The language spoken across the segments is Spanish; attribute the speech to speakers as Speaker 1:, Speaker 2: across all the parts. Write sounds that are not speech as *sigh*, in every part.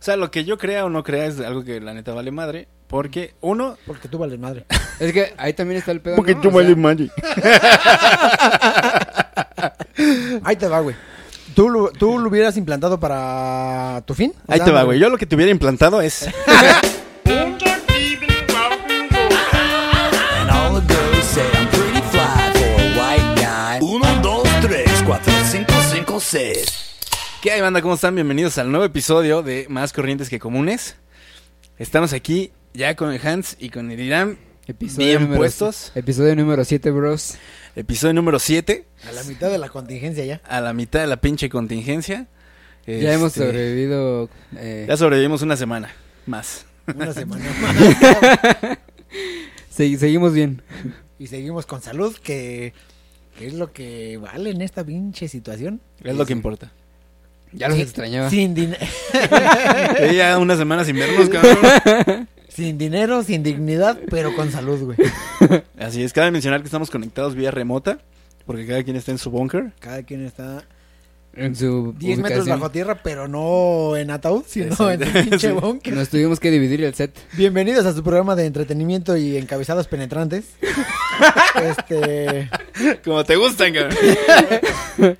Speaker 1: sea, lo que yo crea o no crea es algo que la neta vale madre. Porque, uno,
Speaker 2: Porque tú vales madre.
Speaker 3: Es que ahí también está el pedo.
Speaker 4: Porque
Speaker 3: ¿no?
Speaker 4: tú
Speaker 3: O sea,
Speaker 4: vales madre.
Speaker 2: Ahí te va, güey. ¿Tú lo, ¿Tú lo hubieras implantado para tu fin? O
Speaker 1: ahí
Speaker 2: sea,
Speaker 1: te va, güey. Yo lo que te hubiera implantado es.
Speaker 5: And all the girls say I'm pretty fly for a white guy. Uno, dos, tres, cuatro, cinco, cinco, seis.
Speaker 1: ¿Qué hay, banda? ¿Cómo están? Bienvenidos al nuevo episodio de Más Corrientes que Comunes. Estamos aquí ya con el Hans y con el Irán.
Speaker 3: Episodio
Speaker 1: Bien
Speaker 3: número,
Speaker 1: puestos.
Speaker 3: Episodio número 7, bros.
Speaker 1: Episodio número 7,
Speaker 2: A la mitad de la contingencia ya.
Speaker 1: a la mitad de la pinche contingencia.
Speaker 3: Ya hemos
Speaker 1: Este,
Speaker 3: sobrevivido. eh,
Speaker 1: Ya sobrevivimos una semana más. *laughs*
Speaker 2: Una semana más.
Speaker 3: se- seguimos bien.
Speaker 2: y seguimos con salud, que, que es lo que vale en esta pinche situación.
Speaker 1: Es lo que
Speaker 3: *laughs*
Speaker 1: importa.
Speaker 3: Ya los
Speaker 2: Sí,
Speaker 3: extrañaba.
Speaker 2: Sin, din- *laughs*
Speaker 1: Eh, ya una semana sin vernos, cabrón.
Speaker 2: sin dinero, sin dignidad, pero con salud, güey.
Speaker 1: Así es, cabe mencionar que estamos conectados vía remota, porque cada quien está en su búnker.
Speaker 2: Cada quien está
Speaker 3: En su
Speaker 2: 10 metros
Speaker 3: ubicación.
Speaker 2: bajo tierra, pero no en ataúd, sino en
Speaker 1: Exacto.
Speaker 2: su
Speaker 1: *laughs*
Speaker 2: pinche
Speaker 1: Sí.
Speaker 2: búnker.
Speaker 3: Nos tuvimos que dividir el set.
Speaker 2: Bienvenidos a su programa de entretenimiento y
Speaker 1: *laughs*
Speaker 2: encabezados penetrantes. este,
Speaker 1: Como te gustan, cabrón.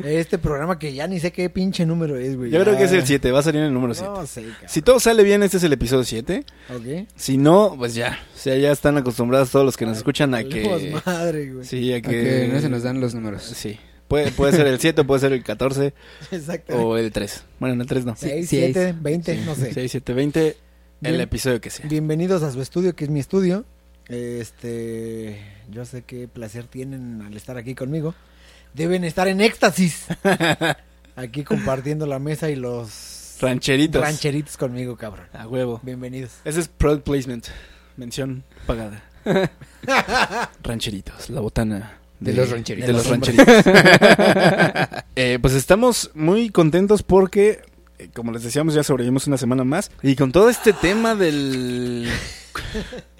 Speaker 2: este programa que ya ni sé qué pinche número es,
Speaker 1: *laughs*
Speaker 2: güey.
Speaker 1: Yo creo
Speaker 2: Ya.
Speaker 1: que es el 7, va a salir el número 7.
Speaker 2: No sé, cabrón.
Speaker 1: Si todo sale bien, este es el episodio 7.
Speaker 2: Ok.
Speaker 1: Si no, pues ya. O sea, ya están acostumbrados todos los que nos escuchan a que...
Speaker 2: Valemos madre, güey.
Speaker 1: Sí, a
Speaker 3: a
Speaker 1: que...
Speaker 3: que no se nos dan los números.
Speaker 1: Sí. Puede, puede ser el 7, puede ser el 14
Speaker 2: Exacto.
Speaker 1: o el 3. Bueno, no, el 3 no.
Speaker 2: 6,
Speaker 3: sí,
Speaker 2: 7, 20, no sé.
Speaker 1: 6, 7, 20, el
Speaker 2: Bien.
Speaker 1: episodio que sea.
Speaker 2: Bienvenidos a su estudio, que es mi estudio. Este, yo sé qué placer tienen al estar aquí conmigo. Deben estar
Speaker 1: *laughs*
Speaker 2: en éxtasis. Aquí compartiendo la mesa y los
Speaker 1: Rancheritos.
Speaker 2: rancheritos conmigo, cabrón.
Speaker 1: A huevo.
Speaker 2: Bienvenidos.
Speaker 1: Ese es product placement. Mención
Speaker 3: *laughs*
Speaker 1: pagada. rancheritos, la botana.
Speaker 3: De los rancheritos.
Speaker 1: De los rancheritos. *laughs* Eh, pues estamos muy contentos porque, eh, como les decíamos, ya sobrevivimos una semana más. Y con todo este tema del.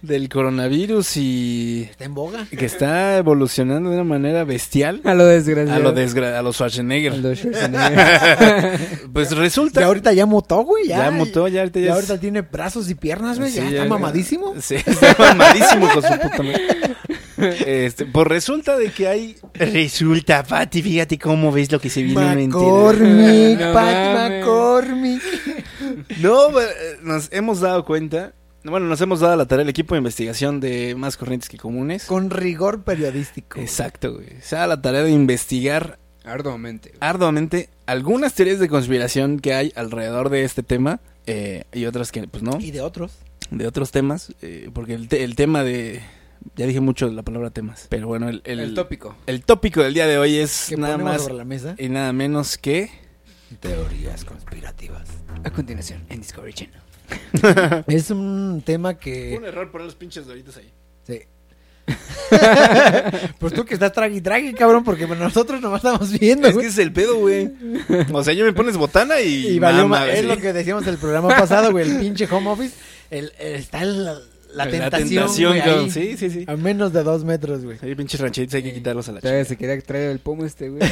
Speaker 1: del coronavirus y.
Speaker 2: Está en boga.
Speaker 1: que está evolucionando de una manera bestial.
Speaker 3: A lo
Speaker 1: A
Speaker 3: desgraciado.
Speaker 1: lo, desgra- a lo Schwarzenegger.
Speaker 3: A
Speaker 1: *laughs*
Speaker 3: lo Schwarzenegger.
Speaker 1: Pues resulta.
Speaker 2: Ya ahorita ya mutó, güey. Ya,
Speaker 1: ya mutó, ya ahorita
Speaker 2: ya
Speaker 1: ya. es-
Speaker 2: ahorita tiene brazos y piernas, güey.
Speaker 1: Sí,
Speaker 2: ya está mamadísimo.
Speaker 1: Sí, *laughs* está mamadísimo con su puta madre. Este, pues resulta de que hay. Resulta, Pati, fíjate cómo ves lo que se viene en *laughs*
Speaker 2: McCormick,
Speaker 3: No
Speaker 2: Pat
Speaker 3: mames.
Speaker 2: McCormick.
Speaker 1: No, pero, eh, nos hemos dado cuenta. Bueno, nos hemos dado la tarea del equipo de investigación de más corrientes que comunes.
Speaker 2: Con rigor periodístico.
Speaker 1: Exacto, güey. Se da la tarea de investigar
Speaker 3: Arduamente.
Speaker 1: arduamente algunas teorías de conspiración que hay alrededor de este tema eh, y otras que, pues no,
Speaker 2: Y de otros.
Speaker 1: de otros temas, eh, porque el, te- el tema de. Ya dije mucho la palabra temas, pero bueno, el, el-
Speaker 3: tópico.
Speaker 1: El tópico del día de hoy es
Speaker 2: Que
Speaker 1: nada
Speaker 2: ponemos
Speaker 1: más
Speaker 2: sobre la mesa.
Speaker 1: y nada menos que
Speaker 2: Teorías conspirativas.
Speaker 3: A continuación, en Discovery Channel.
Speaker 2: *laughs* Es un tema que.
Speaker 1: error poner los pinches doritos ahí.
Speaker 2: sí. *laughs* pues tú que estás tragui tragui, cabrón, porque nosotros nomás estamos viendo.
Speaker 1: Es que
Speaker 2: güey.
Speaker 1: es el pedo, güey. O sea, yo me pones botana y,
Speaker 2: y valió
Speaker 1: mama,
Speaker 2: ma-
Speaker 1: güey,
Speaker 2: Es
Speaker 1: sí.
Speaker 2: lo que decíamos el programa pasado, güey. El pinche home office. El, el- está el- la, la tentación. güey, ahí.
Speaker 1: cabrón. Sí, sí, sí.
Speaker 2: A menos de dos metros, güey.
Speaker 1: Hay pinches rancheritos, hay que quitarlos a la chica.
Speaker 3: Todavía se quería traer el pomo este,
Speaker 1: *laughs*
Speaker 3: güey.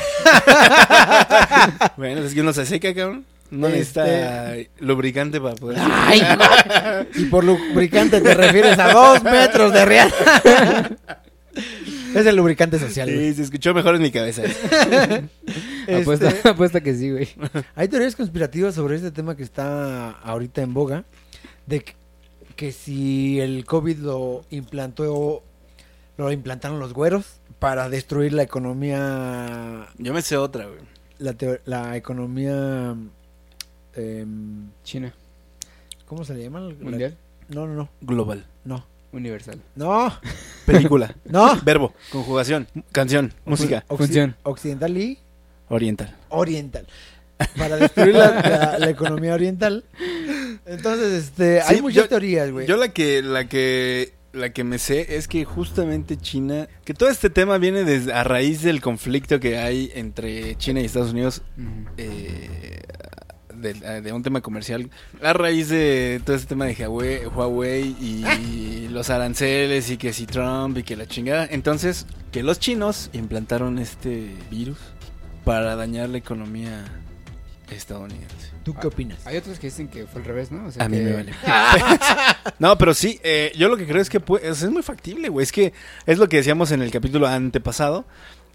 Speaker 1: Bueno, es que uno se seca, cabrón. No
Speaker 2: Este- Ah,
Speaker 1: necesita lubricante para poder.
Speaker 2: Ay, güey. *laughs* y por lubricante te refieres a dos metros de real. es el lubricante social, güey.
Speaker 1: Sí, se escuchó mejor en mi cabeza.
Speaker 2: Este-
Speaker 3: Apuesta, apuesta que sí, güey.
Speaker 2: Hay teorías conspirativas sobre este tema que está ahorita en boga, de que, que si el COVID lo implantó, lo implantaron los güeros para destruir la economía,
Speaker 1: Yo me sé otra, güey.
Speaker 2: la, teo- la economía, em,
Speaker 1: *laughs*
Speaker 3: China.
Speaker 2: ¿cómo se le llama? La-
Speaker 3: Mundial.
Speaker 2: no, no, no,
Speaker 1: Global.
Speaker 2: no,
Speaker 3: Universal.
Speaker 2: no, *laughs*
Speaker 1: Película.
Speaker 2: no.
Speaker 1: Verbo. Conjugación. Canción.
Speaker 2: Pues
Speaker 1: Música.
Speaker 2: Occi-
Speaker 3: Función.
Speaker 2: Occidental y
Speaker 1: Oriental.
Speaker 2: oriental. Para destruir la, la- la economía oriental. Entonces, este,
Speaker 1: Sí,
Speaker 2: hay muchas
Speaker 1: yo-
Speaker 2: teorías, güey.
Speaker 1: Yo la que, la que, la que me sé es que justamente China, que todo este tema viene desde a raíz del conflicto que hay entre China y Estados Unidos,
Speaker 3: Ujú.
Speaker 1: eh, de, de un tema comercial, a raíz de todo este tema de Huawei, Huawei y los aranceles y que si Trump y que la chingada, entonces que los chinos implantaron este virus para dañar la economía estadounidense.
Speaker 2: ¿Tú qué opinas?
Speaker 3: Hay otros que dicen que fue al revés, ¿no? O sea,
Speaker 1: A mí
Speaker 3: que-
Speaker 1: me
Speaker 3: *laughs*
Speaker 1: vale. no, pero sí, eh, yo lo que creo es que pues, es muy factible, güey. Es que es lo que decíamos en el capítulo antepasado,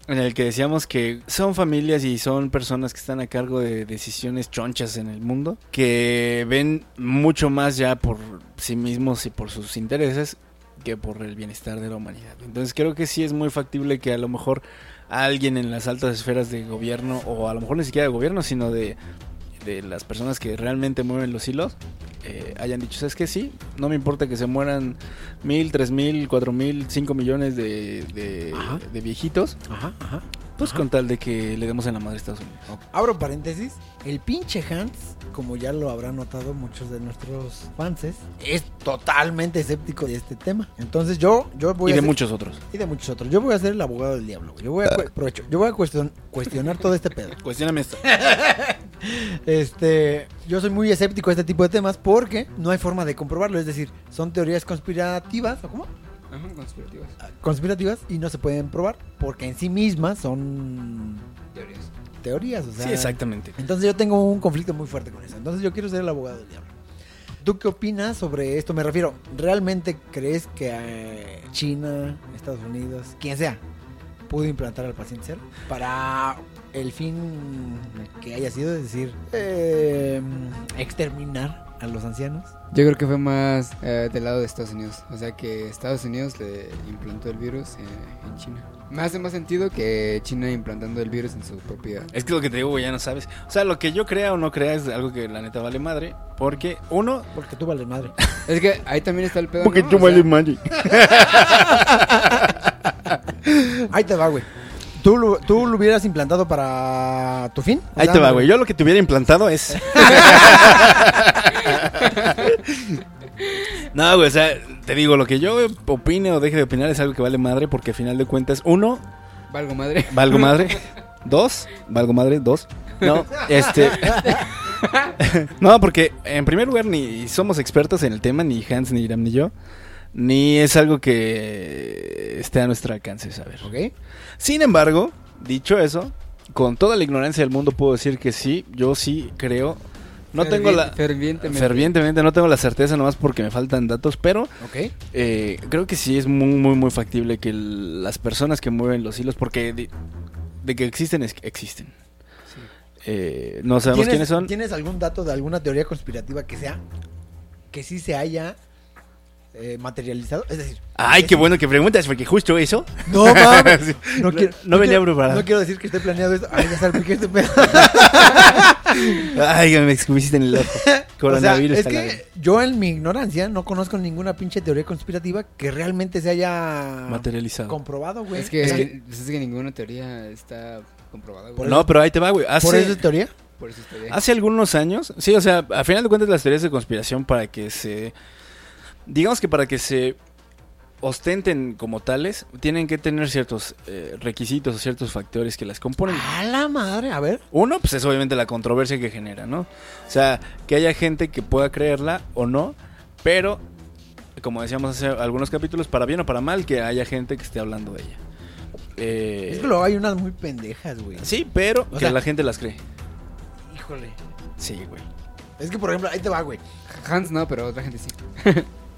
Speaker 1: en el que decíamos que son familias y son personas que están a cargo de decisiones chonchas en el mundo, que ven mucho más ya por sí mismos y por sus intereses que por el bienestar de la humanidad. Entonces creo que sí es muy factible que a lo mejor alguien en las altas esferas de gobierno, o a lo mejor ni siquiera de gobierno, sino de, de las personas que realmente mueven los hilos, eh, hayan dicho, ¿sabes qué? Sí, no me importa que se mueran mil, tres mil, cuatro mil, cinco millones de, de-
Speaker 2: Ajá.
Speaker 1: de viejitos,
Speaker 2: Ajá, ajá.
Speaker 1: pues con tal de que le demos en la madre a Estados Unidos.
Speaker 2: Abro paréntesis. El pinche Hans, como ya lo habrán notado muchos de nuestros fans, es totalmente escéptico de este tema. Entonces yo, yo
Speaker 1: y
Speaker 2: voy a
Speaker 1: de Ah.
Speaker 2: ser-
Speaker 1: muchos otros.
Speaker 2: y de muchos otros. Yo voy a ser el abogado del diablo. güey. Yo voy a cu- aprovecho, Yo voy a cuestion- cuestionar todo este pedo.
Speaker 1: Cuestióname esto.
Speaker 2: Este, yo soy muy escéptico a este tipo de temas porque no hay forma de comprobarlo. Es decir, son teorías conspirativas o cómo?
Speaker 3: Ajá, conspirativas.
Speaker 1: Ah,
Speaker 2: Conspirativas y no se pueden probar porque en sí mismas son
Speaker 3: Teorías.
Speaker 2: teorías. O sea,
Speaker 1: Sí, exactamente.
Speaker 2: Entonces yo tengo un conflicto muy fuerte con eso. Entonces yo quiero ser el abogado del diablo. ¿Tú qué opinas sobre esto? Me refiero, ¿realmente crees que eh, China, Estados Unidos, quien sea, pudo implantar al paciente cero para el fin que haya sido, es decir, eh, exterminar a los ancianos?
Speaker 3: Yo creo que fue más eh, del lado de Estados Unidos. O sea que Estados Unidos le implantó el virus eh, en China. Me hace más sentido que China implantando el virus en su propia.
Speaker 1: Es que lo que te digo, güey, ya no sabes. O sea, lo que yo crea o no crea es algo que la neta vale madre. Porque, uno,
Speaker 2: Porque tú vales
Speaker 1: *laughs*
Speaker 2: madre.
Speaker 3: Es que ahí también está el pedo.
Speaker 1: Porque
Speaker 3: ¿no?
Speaker 1: yo
Speaker 3: O sea,
Speaker 2: Ahí te va, güey. ¿Tú lo, ¿Tú lo hubieras implantado para tu fin? O
Speaker 1: Ahí
Speaker 2: sea,
Speaker 1: te va, güey. Yo lo que te hubiera implantado es. no, güey, o sea, te digo, lo que yo opine o deje de opinar es algo que vale madre, porque al final de cuentas, uno,
Speaker 3: Valgo madre.
Speaker 1: valgo madre. Dos, valgo madre, dos. No, este. *laughs* no, porque en primer lugar, ni somos expertos en el tema, ni Hans, ni Iram, ni yo. Ni es algo que esté a nuestro alcance saber.
Speaker 2: ¿Ok?
Speaker 1: Sin embargo, dicho eso, con toda la ignorancia del mundo puedo decir que sí, yo sí creo. *laughs*
Speaker 3: *laughs*
Speaker 1: No tengo la.
Speaker 3: Fervientemente.
Speaker 1: Fervientemente, no tengo la certeza nomás porque me faltan datos, pero
Speaker 2: ¿Ok?
Speaker 1: eh, creo que sí es muy, muy, muy factible que el- las personas que mueven los hilos, porque de, de que existen, es que existen.
Speaker 3: Sí.
Speaker 1: Eh, no sabemos quiénes son.
Speaker 2: ¿Tienes algún dato de alguna teoría conspirativa que sea que sí se haya eh, materializado? Es decir,
Speaker 1: Ay,
Speaker 2: que
Speaker 1: qué
Speaker 2: sí-
Speaker 1: bueno que preguntas, porque justo
Speaker 2: *laughs*
Speaker 1: eso.
Speaker 2: No
Speaker 1: *laughs*
Speaker 2: mames.
Speaker 1: Sí.
Speaker 2: No,
Speaker 1: No-
Speaker 2: quiero,
Speaker 1: no venía
Speaker 2: quiero-
Speaker 1: preparado.
Speaker 2: No quiero decir que esté planeado esto. Ay, ya salpiqué
Speaker 1: *laughs*
Speaker 2: este pedo.
Speaker 1: Ay, me expusiste en el ojo.
Speaker 2: *laughs* O sea,
Speaker 1: Coronavirus.
Speaker 2: es
Speaker 1: a la vez.
Speaker 2: que yo en mi ignorancia no conozco ninguna pinche teoría conspirativa que realmente se haya
Speaker 1: Materializado.
Speaker 2: comprobado, güey.
Speaker 3: Es que,
Speaker 2: O sea,
Speaker 3: pues es que ninguna teoría está comprobada,
Speaker 2: Por
Speaker 3: güey.
Speaker 1: No, pero ahí te va, güey.
Speaker 2: ¿Por
Speaker 1: Hace-
Speaker 2: eso es teoría?
Speaker 3: Por eso estoy ahí.
Speaker 1: Hace algunos años, sí, o sea, a final de cuentas las teorías de conspiración para que se, digamos que para que se ostenten como tales, tienen que tener ciertos eh, requisitos o ciertos factores que las componen.
Speaker 2: A la madre, a ver.
Speaker 1: Uno, pues es obviamente la controversia que genera, ¿no? O sea, que haya gente que pueda creerla o no, pero, como decíamos hace algunos capítulos, para bien o para mal, que haya gente que esté hablando de ella. Eh,
Speaker 2: Es que luego hay unas muy pendejas, güey.
Speaker 1: Sí, pero
Speaker 2: O
Speaker 1: que
Speaker 2: sea-
Speaker 1: la gente las cree.
Speaker 2: Híjole.
Speaker 1: Sí, güey.
Speaker 2: Es que, por ejemplo, ahí te va, güey.
Speaker 3: Hans no, pero otra gente sí.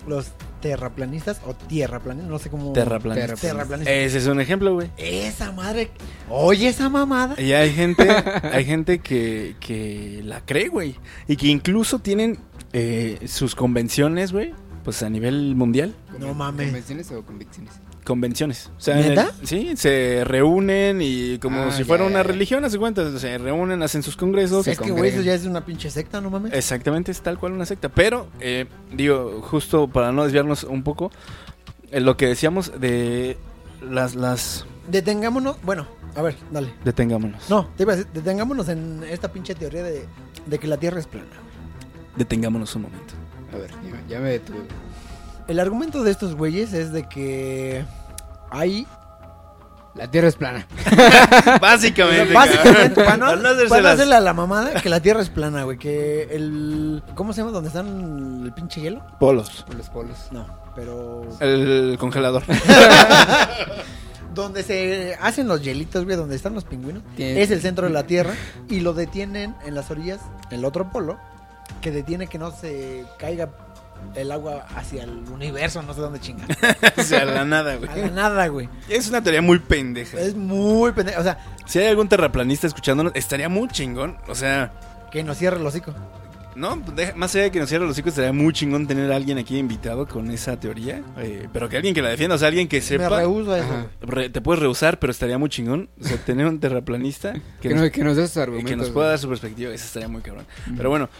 Speaker 2: Los terraplanistas o tierraplanistas, no sé cómo.
Speaker 1: Terraplanistas.
Speaker 2: Terraplanistas.
Speaker 1: Ese es un ejemplo, güey.
Speaker 2: Esa madre. Oye, esa mamada.
Speaker 1: Y hay gente, hay gente que, que la cree, güey. Y que incluso tienen eh, sus convenciones, güey. Pues a nivel mundial.
Speaker 2: No mames.
Speaker 3: ¿Convenciones o convicciones?
Speaker 1: Convenciones. O sea, en
Speaker 2: ¿Neta?
Speaker 1: el- sí, se reúnen y como
Speaker 3: Ah,
Speaker 1: si fuera
Speaker 3: ya,
Speaker 1: una
Speaker 3: ya.
Speaker 1: religión, hace cuenta. Se reúnen, hacen sus congresos.
Speaker 3: Se
Speaker 2: es que, güey,
Speaker 3: congregan.
Speaker 2: eso ya es una pinche secta, no mames.
Speaker 1: Exactamente, es tal cual una secta. Pero, eh, digo, justo para no desviarnos un poco, eh, lo que decíamos de las... las...
Speaker 2: Detengámonos. Bueno, a ver, dale.
Speaker 1: Detengámonos.
Speaker 2: No, te iba a decir, detengámonos en esta pinche teoría de, de que la Tierra es plana.
Speaker 1: Detengámonos un momento.
Speaker 3: A ver, ya, ya me detuve.
Speaker 2: El argumento de estos güeyes es de que hay...
Speaker 3: La tierra es plana.
Speaker 1: Básicamente.
Speaker 2: *laughs* Básicamente, para no,
Speaker 1: cabrón.
Speaker 2: para no
Speaker 1: hacérselas.
Speaker 2: hacerle a la mamada, que la Tierra es plana, güey. Que el... ¿Cómo se llama? ¿Dónde están el pinche hielo?
Speaker 1: Polos.
Speaker 3: Por los polos.
Speaker 2: No, pero...
Speaker 1: El congelador.
Speaker 2: donde se hacen los hielitos, güey, donde están los pingüinos,
Speaker 3: Tiene-
Speaker 2: es el centro de la Tierra y lo detienen en las orillas, el otro polo, que detiene que no se caiga el agua hacia el universo, no sé dónde chinga.
Speaker 1: O sea, la nada,
Speaker 2: A la
Speaker 1: güey.
Speaker 2: nada, güey.
Speaker 1: Es una teoría muy pendeja.
Speaker 2: Es muy pendejo. O sea,
Speaker 1: Si hay algún terraplanista escuchándonos, estaría muy chingón. O sea,
Speaker 2: que nos cierre el hocico.
Speaker 1: No, deja- más allá de que nos cierre los hijos, estaría muy chingón tener a alguien aquí invitado con esa teoría. eh, pero que alguien que la defienda, o sea, alguien que
Speaker 2: Me
Speaker 1: sepa.
Speaker 2: rehuso a eso.
Speaker 3: Ajá.
Speaker 2: güey.
Speaker 1: Re- te puedes rehusar, pero estaría muy chingón. O sea, tener un terraplanista que,
Speaker 3: Que,
Speaker 1: nos,
Speaker 3: nos, que nos dé sus
Speaker 1: que nos
Speaker 3: argumentos.
Speaker 1: pueda
Speaker 3: güey.
Speaker 1: dar su perspectiva, eso estaría muy cabrón. Pero bueno,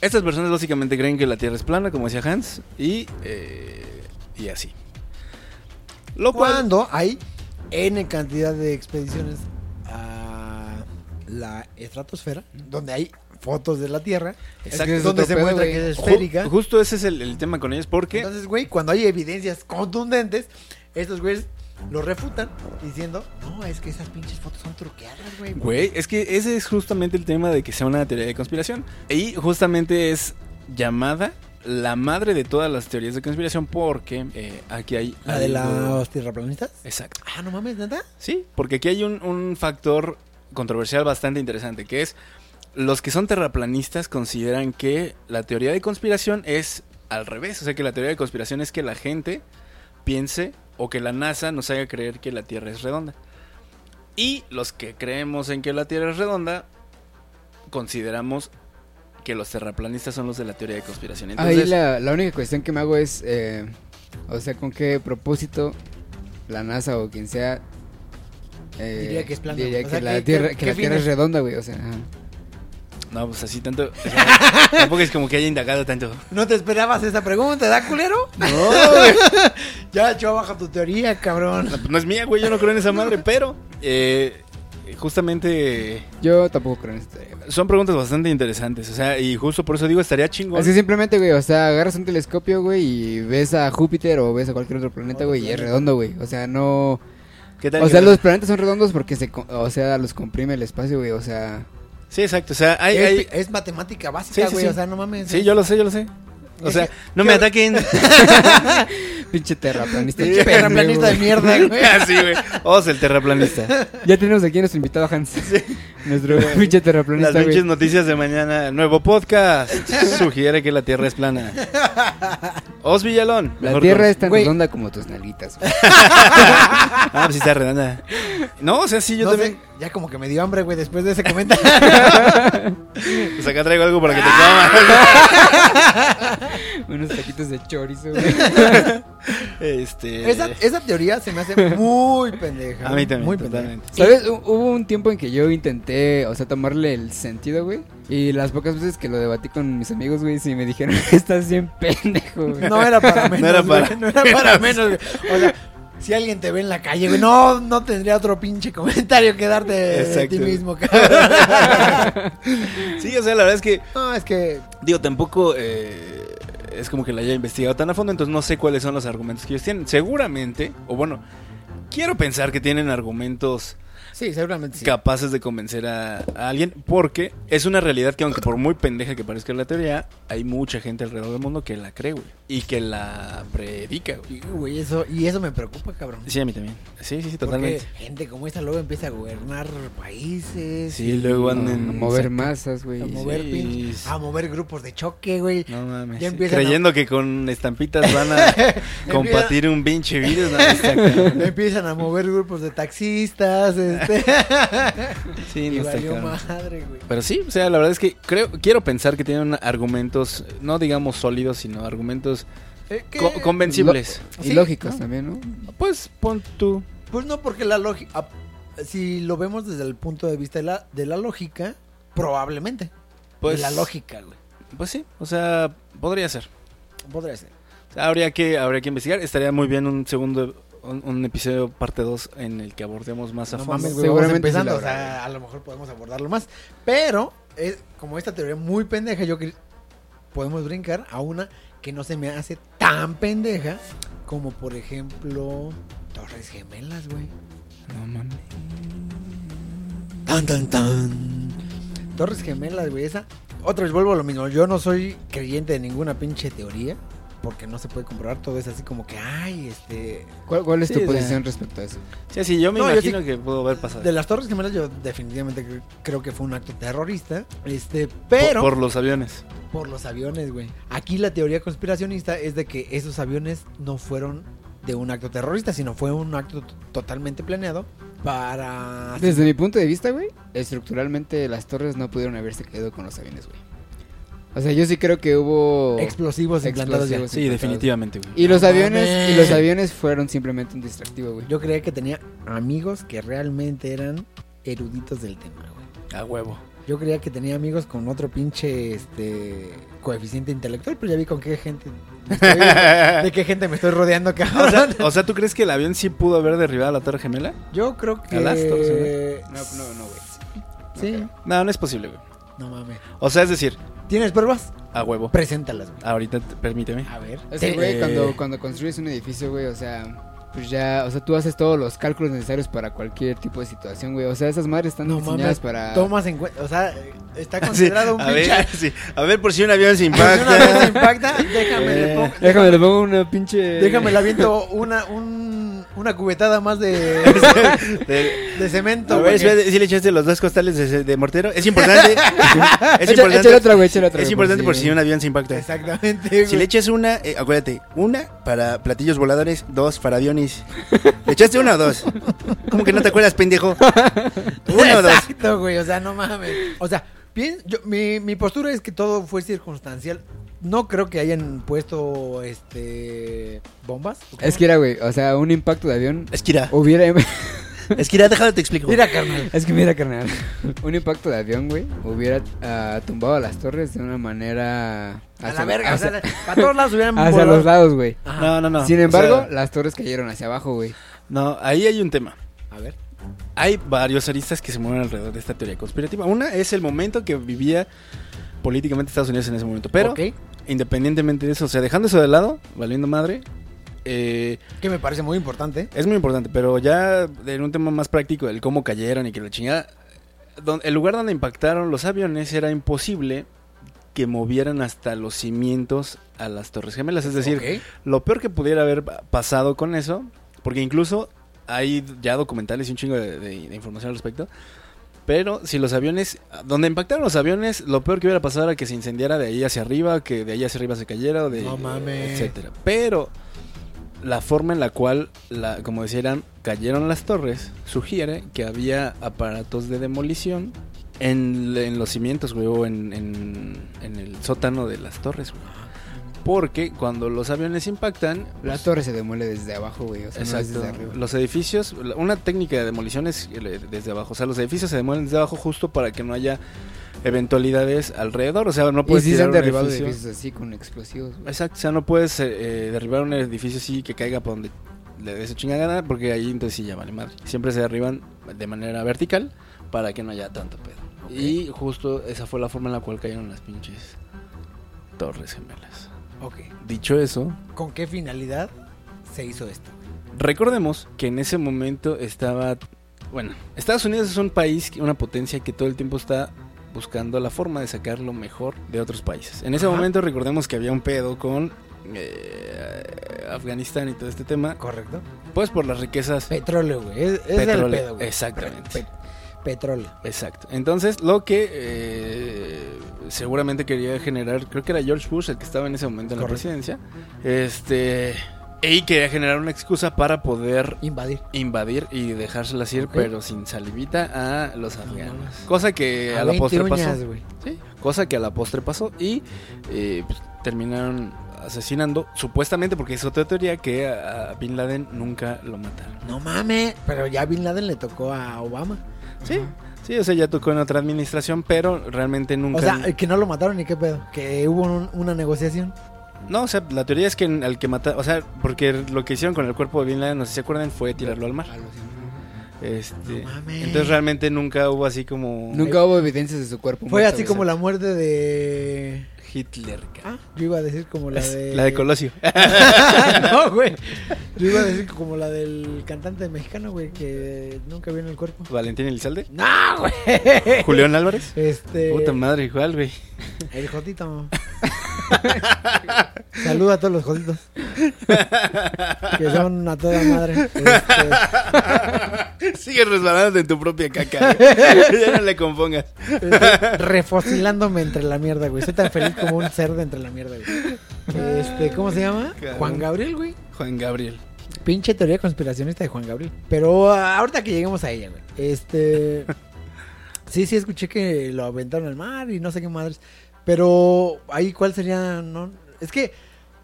Speaker 1: estas personas básicamente creen que la Tierra es plana, como decía Hans, y, eh, y así. Lo cual.
Speaker 2: Cuando hay N cantidad de expediciones a la estratosfera, donde hay fotos de la Tierra,
Speaker 1: Exacto.
Speaker 3: Es
Speaker 2: donde
Speaker 3: otro
Speaker 2: se
Speaker 3: pedo,
Speaker 2: muestra
Speaker 3: güey.
Speaker 2: que es
Speaker 1: ju-
Speaker 2: esférica.
Speaker 1: justo ese es el, el tema con ellos, porque.
Speaker 2: Entonces, güey, cuando hay evidencias contundentes, estos güeyes lo refutan diciendo, no, es que esas pinches fotos son truqueadas, güey.
Speaker 1: Güey, es que ese es justamente el tema de que sea una teoría de conspiración. Y justamente es llamada la madre de todas las teorías de conspiración porque eh, aquí hay...
Speaker 2: La de
Speaker 1: algo-
Speaker 2: los tierraplanistas.
Speaker 1: Exacto.
Speaker 2: Ah, no mames, neta.
Speaker 1: Sí, porque aquí hay un, un factor controversial bastante interesante, que es los que son terraplanistas consideran que la teoría de conspiración es al revés. O sea, que la teoría de conspiración es que la gente piense o que la NASA nos haga creer que la Tierra es redonda. Y los que creemos en que la Tierra es redonda, consideramos que los terraplanistas son los de la teoría de conspiración. Entonces,
Speaker 3: Ahí la, la única cuestión que me hago es, eh, o sea, ¿con qué propósito la NASA o quien sea eh,
Speaker 2: Diría que es plana,
Speaker 3: diría
Speaker 2: o
Speaker 3: que
Speaker 2: sea,
Speaker 3: la
Speaker 2: ¿qué-
Speaker 3: Tierra,
Speaker 2: qué-
Speaker 3: que
Speaker 2: qué
Speaker 3: la tierra es
Speaker 2: fines?
Speaker 3: redonda, güey? O sea, ajá.
Speaker 1: No, pues así tanto... o sea, *laughs* tampoco es como que haya indagado tanto.
Speaker 2: No te esperabas esa pregunta, ¿da
Speaker 1: *laughs*
Speaker 2: culero?
Speaker 1: No,
Speaker 2: Ya echó abajo tu teoría, cabrón.
Speaker 1: No, pues no es mía, güey, yo no creo en esa madre, pero eh, justamente
Speaker 3: yo tampoco creo en esta teoría. güey.
Speaker 1: son preguntas bastante interesantes, o sea, y justo por eso digo, estaría chingón.
Speaker 3: Así simplemente, güey, o sea, agarras un telescopio, güey, y ves a Júpiter o ves a cualquier otro planeta,
Speaker 2: Otro
Speaker 3: güey, y es
Speaker 2: planeta.
Speaker 3: redondo, güey. O sea, no...
Speaker 1: ¿Qué tal?
Speaker 3: O sea, los planetas son redondos porque se, co- o sea, los comprime el espacio, güey, o sea... *laughs*
Speaker 1: Sí, exacto, o sea, hay...
Speaker 2: es,
Speaker 1: hay-
Speaker 2: es matemática
Speaker 1: Sí,
Speaker 2: básica,
Speaker 1: sí,
Speaker 2: güey.
Speaker 1: sí.
Speaker 2: O sea, no mames. ¿eh?
Speaker 1: Sí, yo lo sé, yo lo sé. O
Speaker 3: *laughs*
Speaker 1: sea, no me
Speaker 2: Qué-
Speaker 1: ataquen. *laughs*
Speaker 3: Pinche
Speaker 2: *laughs*
Speaker 3: terraplanista.
Speaker 2: Pinche
Speaker 3: *laughs* pendejo,
Speaker 2: terraplanista de
Speaker 3: güey.
Speaker 2: mierda, güey.
Speaker 1: Así, güey. Os el
Speaker 3: *laughs*
Speaker 1: terraplanista.
Speaker 3: Ya tenemos aquí a nuestro invitado Hans. *laughs* Nuestro pinche
Speaker 1: Las
Speaker 3: terraplanista,
Speaker 1: pinches
Speaker 3: güey.
Speaker 1: noticias de mañana. Nuevo
Speaker 3: *laughs*
Speaker 1: podcast. Sugiere que la Tierra es plana. Os Villalón.
Speaker 3: La
Speaker 1: mejor
Speaker 3: tierra
Speaker 1: conocido-
Speaker 3: es tan
Speaker 2: Güey.
Speaker 3: redonda como tus nalguitas, güey.
Speaker 1: Ah, pues sí está redonda. No, o sea, sí, yo
Speaker 2: No
Speaker 1: también...
Speaker 2: sé, ya como que me dio hambre, güey,
Speaker 1: *laughs*
Speaker 2: después de ese comentario.
Speaker 1: Pues acá traigo algo para que te
Speaker 3: Ah.
Speaker 1: comas.
Speaker 3: *laughs* Unos taquitos de chorizo, güey.
Speaker 1: *laughs* Este...
Speaker 2: esa, esa teoría se me hace muy pendeja.
Speaker 1: A mí también,
Speaker 2: Muy
Speaker 1: totalmente.
Speaker 3: *laughs* ¿Sabes? Hu- Hubo un tiempo en que yo intenté, o sea, tomarle el sentido, güey. Y las pocas veces que lo debatí con mis amigos, güey, sí me dijeron, *laughs* estás bien pendejo, güey.
Speaker 2: No era para
Speaker 1: *laughs*
Speaker 2: menos.
Speaker 1: No era
Speaker 2: güey,
Speaker 1: para-
Speaker 2: no era para menos. güey. O sea, si alguien te ve en la calle, güey, no, no tendría otro pinche comentario que darte de
Speaker 1: Exacto. *laughs*
Speaker 2: ti mismo, cabrón.
Speaker 1: Sí, o sea, la verdad es que,
Speaker 2: No, es que.
Speaker 1: digo, tampoco eh, es como que la haya investigado tan a fondo, entonces no sé cuáles son los argumentos que ellos tienen. Seguramente, o bueno, quiero pensar que tienen argumentos
Speaker 2: Sí, seguramente sí.
Speaker 1: capaces de convencer a, a alguien, porque es una realidad que aunque por muy pendeja que parezca la teoría, hay mucha gente alrededor del mundo que la cree, güey, y que la predica, güey.
Speaker 2: Sí, güey, eso, y eso me preocupa, cabrón.
Speaker 1: Sí, a mí también. Sí, sí, sí,
Speaker 2: Porque
Speaker 1: totalmente.
Speaker 2: gente como esta luego empieza a gobernar países.
Speaker 1: Sí, luego
Speaker 3: A
Speaker 1: anden...
Speaker 3: mover masas, güey.
Speaker 2: A mover,
Speaker 1: sí.
Speaker 2: pinches- a mover grupos de choque, güey. *laughs*
Speaker 1: No mames.
Speaker 2: Ya
Speaker 1: sí.
Speaker 2: empiezan a-
Speaker 1: Creyendo que con estampitas van a combatir un pinche virus. no, está
Speaker 2: *laughs*
Speaker 1: cabrón.
Speaker 2: Empiezan a mover grupos de taxistas, este.
Speaker 1: Sí,
Speaker 2: *laughs* y
Speaker 1: no está
Speaker 2: valió
Speaker 1: cabrón.
Speaker 2: madre, güey.
Speaker 1: Pero sí, o sea, la verdad es que creo, quiero pensar que tienen argumentos, no digamos sólidos, sino argumentos
Speaker 2: Eh, que-
Speaker 1: co- convencibles.
Speaker 3: Y
Speaker 2: Sí,
Speaker 3: lógicos
Speaker 2: ¿no?
Speaker 3: también, ¿no?
Speaker 1: Pues pon tú.
Speaker 2: Pues no, porque la lógica. Si lo vemos desde el punto de vista de la, de la lógica, probablemente.
Speaker 1: Pues
Speaker 2: de la lógica, güey.
Speaker 1: Pues sí, o sea, podría ser.
Speaker 2: Podría ser.
Speaker 1: O sea, habría que habría que investigar. Estaría muy bien un segundo un, un episodio parte 2 en el que abordemos más a
Speaker 2: No
Speaker 1: fondo.
Speaker 2: mames, güey, vamos
Speaker 3: Seguramente sí
Speaker 2: empezando,
Speaker 3: la
Speaker 2: o sea,
Speaker 3: habrá,
Speaker 2: a lo mejor podemos abordarlo más. Pero, es, como esta teoría muy pendeja, yo que podemos brincar a una que no se me hace tan pendeja como, por ejemplo, Torres Gemelas, güey.
Speaker 1: No mames.
Speaker 2: Tan, tan, tan. Torres Gemelas, güey, esa. Otra vez vuelvo a lo mismo. Yo no soy creyente de ninguna pinche teoría. porque no se puede comprobar, todo es así como que, ay, este...
Speaker 3: ¿Cuál, cuál es
Speaker 1: Sí,
Speaker 3: tu
Speaker 1: o sea,
Speaker 3: posición respecto a eso?
Speaker 1: Sí, sí, yo me
Speaker 2: No, yo
Speaker 1: imagino
Speaker 2: sí-
Speaker 1: que pudo haber pasado.
Speaker 2: De las Torres Gemelas yo definitivamente cre- creo que fue un acto terrorista, este,
Speaker 1: Por-
Speaker 2: pero...
Speaker 1: Por, los aviones.
Speaker 2: Por los aviones, güey. Aquí la teoría conspiracionista es de que esos aviones no fueron de un acto terrorista, sino fue un acto t- totalmente planeado para...
Speaker 3: Desde mi punto de vista, güey, estructuralmente las torres no pudieron haberse caído con los aviones, güey. O sea, yo sí creo que hubo...
Speaker 2: Explosivos implantados ya.
Speaker 3: Explosivos.
Speaker 1: Sí, definitivamente, güey.
Speaker 3: Y los
Speaker 2: No
Speaker 3: aviones,
Speaker 2: mames.
Speaker 3: y los aviones fueron simplemente un distractivo, güey.
Speaker 2: Yo creía que tenía amigos que realmente eran eruditos del tema, güey.
Speaker 1: A
Speaker 2: *laughs*
Speaker 1: huevo.
Speaker 2: Yo creía que tenía amigos con otro pinche este coeficiente intelectual, pero ya vi con qué gente
Speaker 1: *laughs*
Speaker 2: me estoy- de qué gente me estoy rodeando,
Speaker 1: O sea,
Speaker 2: cabrón.
Speaker 1: o sea, ¿tú crees que el avión sí pudo haber derribado la Torre Gemela?
Speaker 2: Yo creo que
Speaker 1: A las torres,
Speaker 3: No, no, no, güey.
Speaker 2: Sí,
Speaker 1: No, no es posible, güey.
Speaker 2: no mames.
Speaker 1: O sea, es decir,
Speaker 2: ¿Tienes pruebas?
Speaker 1: a huevo.
Speaker 2: Preséntalas, güey.
Speaker 1: Ahorita, te- *laughs* permíteme.
Speaker 2: A ver.
Speaker 3: Es que,
Speaker 2: Sí.
Speaker 3: güey, cuando, cuando construyes un edificio, güey, o sea, pues ya, o sea, tú haces todos los cálculos necesarios para cualquier tipo de situación, güey. O sea, esas madres están
Speaker 2: no
Speaker 3: diseñadas
Speaker 2: mames,
Speaker 3: para...
Speaker 2: tomas en cuenta, o sea,
Speaker 3: *laughs*
Speaker 2: está considerado un
Speaker 1: a
Speaker 2: pinche
Speaker 1: ver, sí. a ver por si un avión se
Speaker 2: Si una vez
Speaker 1: impacta.
Speaker 2: impacta,
Speaker 3: *laughs*
Speaker 2: déjame le
Speaker 1: Eh.
Speaker 2: pongo-
Speaker 3: Déjame, le pongo una pinche...
Speaker 2: déjame le aviento una un- una cubetada más de
Speaker 3: *laughs*
Speaker 1: *laughs* De-
Speaker 2: de cemento.
Speaker 1: a ver,
Speaker 2: porque-
Speaker 1: si le echaste los dos costales de, de mortero. Es importante. es
Speaker 3: Echa- échale otra, güey, échale otra.
Speaker 1: es
Speaker 3: güey,
Speaker 1: importante por si un avión se impacta.
Speaker 2: Exactamente.
Speaker 1: Si
Speaker 2: güey.
Speaker 1: le echas una, eh, acuérdate, una para platillos voladores, dos para aviones. ¿Le echaste una o dos? ¿Cómo que no te acuerdas, pendejo? Una o dos.
Speaker 2: Exacto, güey. O sea, no mames. O sea, bien, yo- mi, mi postura es que todo fue circunstancial. No creo que hayan puesto este bombas. ¿o cómo?
Speaker 3: Es que era, güey, o sea, un impacto de avión
Speaker 1: Esquira,
Speaker 3: hubiera... *laughs*
Speaker 1: Esquira, déjame te explico.
Speaker 2: Mira, carnal.
Speaker 3: Es que mira, carnal. Un impacto de avión, güey, hubiera ah, tumbado a las torres de una manera.
Speaker 2: A
Speaker 3: hacia-
Speaker 2: la verga. O
Speaker 3: hacia-
Speaker 2: sea, a todos lados hubieran
Speaker 3: *laughs* hacia
Speaker 2: volado.
Speaker 3: los lados, güey.
Speaker 2: Ajá.
Speaker 1: No, no, no.
Speaker 3: Sin
Speaker 1: O
Speaker 3: embargo,
Speaker 1: sea,
Speaker 3: las torres cayeron hacia abajo, güey.
Speaker 1: no, ahí hay un tema.
Speaker 2: A ver.
Speaker 1: Hay varios aristas que se mueven alrededor de esta teoría conspirativa. Una es el momento que vivía políticamente Estados Unidos en ese momento. Pero,
Speaker 2: Ok,
Speaker 1: independientemente de eso, o sea, dejando eso de lado, valiendo madre, eh,
Speaker 2: Que me parece muy importante.
Speaker 1: es muy importante. Pero ya en un tema más práctico, el cómo cayeron y que la chingada. don- el lugar donde impactaron los aviones era imposible que movieran hasta los cimientos a las Torres Gemelas. Es decir,
Speaker 2: Ok.
Speaker 1: lo peor que pudiera haber pa- pasado con eso, porque incluso hay ya documentales y un chingo de, de- de información al respecto, pero si los aviones, donde impactaron los aviones, lo peor que hubiera pasado era que se incendiara de ahí hacia arriba, que de ahí hacia arriba se cayera, o de,
Speaker 2: No mames.
Speaker 1: etcétera. Pero la forma en la cual, la, como decían, cayeron las torres, sugiere que había aparatos de demolición en, en los cimientos, güey, o en, en- en el sótano de las torres, güey. Porque cuando los aviones impactan,
Speaker 3: Ah, La torre se demuele desde abajo, güey. O sea, no es
Speaker 1: Exacto.
Speaker 3: desde arriba.
Speaker 1: Los edificios, la- una técnica de demolición es el- desde abajo. O sea, los edificios se demuelen desde abajo justo para que no haya eventualidades alrededor. O sea, no
Speaker 3: Y
Speaker 1: puedes
Speaker 3: sí se
Speaker 1: tirar
Speaker 3: han
Speaker 1: un
Speaker 3: derribado
Speaker 1: edificio.
Speaker 3: edificios así con explosivos, güey.
Speaker 1: Exacto, o sea, no puedes eh, eh, derribar un edificio así que caiga por donde le des su chingada gana, porque ahí entonces sí ya vale madre. Siempre se derriban de manera vertical para que no haya tanto pedo. Y justo esa fue la forma en la cual cayeron las pinches torres gemelas.
Speaker 2: Ok.
Speaker 1: Dicho eso,
Speaker 2: ¿Con qué finalidad se hizo esto?
Speaker 1: Recordemos que en ese momento estaba, bueno, Estados Unidos es un país, una potencia que todo el tiempo está buscando la forma de sacar lo mejor de otros países. En ese
Speaker 2: Ajá.
Speaker 1: momento recordemos que había un pedo con eh, Afganistán y todo este tema,
Speaker 2: ¿Correcto?
Speaker 1: pues por las riquezas
Speaker 2: Petróleo, güey. Es, es
Speaker 1: Petróleo,
Speaker 2: el pedo, güey.
Speaker 1: exactamente.
Speaker 2: Pe- petróleo.
Speaker 1: Exacto. Entonces, lo que eh, seguramente quería generar, creo que era George Bush el que estaba en ese momento en
Speaker 2: Correcto.
Speaker 1: la presidencia, este, y quería generar una excusa para poder
Speaker 2: Invadir.
Speaker 1: invadir y dejárselas ir,
Speaker 2: Ok.
Speaker 1: pero sin salivita a los afganos.
Speaker 2: mames.
Speaker 1: Cosa que a, la
Speaker 2: 20
Speaker 1: postre
Speaker 2: uñas,
Speaker 1: pasó.
Speaker 2: güey.
Speaker 1: Sí, cosa que a la postre pasó y eh, pues, terminaron asesinando, supuestamente porque es otra teoría que a, a Bin Laden nunca lo mataron.
Speaker 2: No mames, pero ya Bin Laden le tocó a Obama.
Speaker 1: Sí, sí, o sea, ya tocó en otra administración, pero realmente nunca...
Speaker 2: O sea, eh, que no lo mataron ni qué pedo. Que hubo un- una negociación.
Speaker 1: No, o sea, la teoría es que al que mataron, o sea, porque lo que hicieron con el cuerpo de Bin Laden, no sé si se acuerdan, fue tirarlo al mar.
Speaker 3: A los-
Speaker 1: Este,
Speaker 2: No mames.
Speaker 1: entonces realmente nunca hubo así como...
Speaker 3: Nunca hubo evidencias de su cuerpo.
Speaker 2: Fue
Speaker 3: muerto,
Speaker 2: así
Speaker 3: güey.
Speaker 2: como la muerte de.
Speaker 1: Hitler. ca-
Speaker 2: Ah, yo iba a decir como la
Speaker 1: *laughs*
Speaker 2: de.
Speaker 1: La de Colosio.
Speaker 2: *laughs* no, güey. Yo iba a decir como la del cantante mexicano, güey, que nunca vio en el cuerpo.
Speaker 1: Valentín Elizalde.
Speaker 2: ¡No, güey!
Speaker 1: Julián Álvarez.
Speaker 2: Este.
Speaker 1: *laughs* Puta madre, igual, güey.
Speaker 2: El Jotito. Saluda a todos los jodidos. que son a toda madre. Este,
Speaker 1: Sigues resbalándote en tu propia caca. *laughs* güey. ya no le compongas.
Speaker 2: Estoy refocilándome entre la mierda, güey. Soy tan feliz como un cerdo entre la mierda, güey. Este, ¿cómo se llama?
Speaker 1: Cabrón.
Speaker 2: Juan Gabriel, güey.
Speaker 1: Juan Gabriel.
Speaker 2: Pinche teoría conspiracionista de Juan Gabriel. Pero ah, ahorita que lleguemos a ella, güey.
Speaker 1: *laughs*
Speaker 2: Este. Sí, sí, escuché que lo aventaron al mar y no sé qué madres. Pero ahí, ¿cuál sería? No. Es que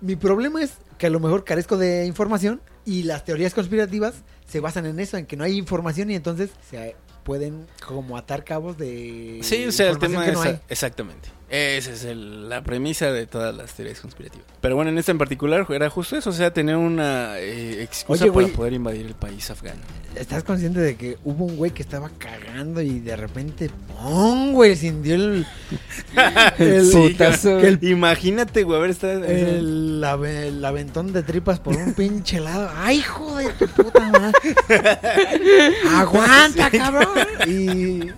Speaker 2: mi problema es que a lo mejor carezco de información y las teorías conspirativas se basan en eso, en que no hay información y entonces se pueden como atar cabos de.
Speaker 1: Sí, o sea, el
Speaker 2: información
Speaker 1: tema
Speaker 2: que
Speaker 1: es.
Speaker 2: no hay.
Speaker 1: Exactamente. Esa es el- la premisa de todas las teorías conspirativas. Pero bueno, en esta en particular era justo eso, o sea, tener una eh, excusa
Speaker 2: Oye,
Speaker 1: para
Speaker 2: güey.
Speaker 1: poder invadir el país
Speaker 2: *laughs*
Speaker 1: afgano.
Speaker 2: ¿Estás consciente de que hubo un güey que estaba cagando y de repente, ¡pum! güey, sintió el, el-
Speaker 1: Sí,
Speaker 3: putazo.
Speaker 1: que el- imagínate, güey, a ver, está...
Speaker 2: el ave- el aventón de tripas por un pinche lado. ¡Ay, hijo de tu puta madre! ¡Aguanta, cabrón!
Speaker 1: *laughs*
Speaker 2: Y, y-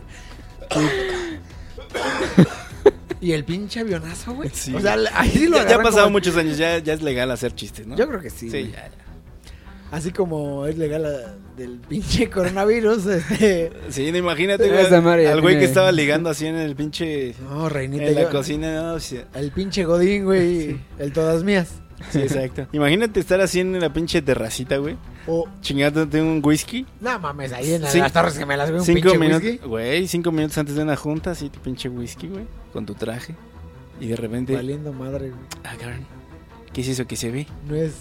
Speaker 2: y el pinche avionazo, güey.
Speaker 1: Sí,
Speaker 2: o sea,
Speaker 1: güey.
Speaker 2: ahí sí lo
Speaker 1: ya, han
Speaker 2: agarran
Speaker 1: pasado
Speaker 2: como-
Speaker 1: muchos años, ya, ya es legal hacer chistes, ¿no?
Speaker 2: Yo creo que sí.
Speaker 1: Sí,
Speaker 2: güey.
Speaker 1: ya, ya.
Speaker 2: Así como es legal la- del pinche coronavirus, *laughs* este...
Speaker 1: Sí, no, imagínate,
Speaker 3: Esa madre
Speaker 1: güey,
Speaker 3: ya
Speaker 1: al güey que
Speaker 3: tiene-
Speaker 1: estaba ligando así en el pinche...
Speaker 2: No, reinita.
Speaker 1: en la
Speaker 2: yo-
Speaker 1: cocina, no, o sea,
Speaker 2: El pinche Godín, güey. El todas mías.
Speaker 1: sí, exacto. imagínate estar así en la pinche terracita, güey,
Speaker 2: O,
Speaker 1: chingándote un whisky...
Speaker 2: no mames, ahí en
Speaker 1: Cin-
Speaker 2: las torres gemelas, güey. Un
Speaker 1: Cinco
Speaker 2: pinche
Speaker 1: minutos,
Speaker 2: whisky.
Speaker 1: güey, cinco minutos antes de una junta, así tu pinche whisky, güey, con tu traje. Y de repente,
Speaker 2: Valiendo madre, güey.
Speaker 1: ah, cabrón, ¿qué es eso que se ve?
Speaker 2: No es,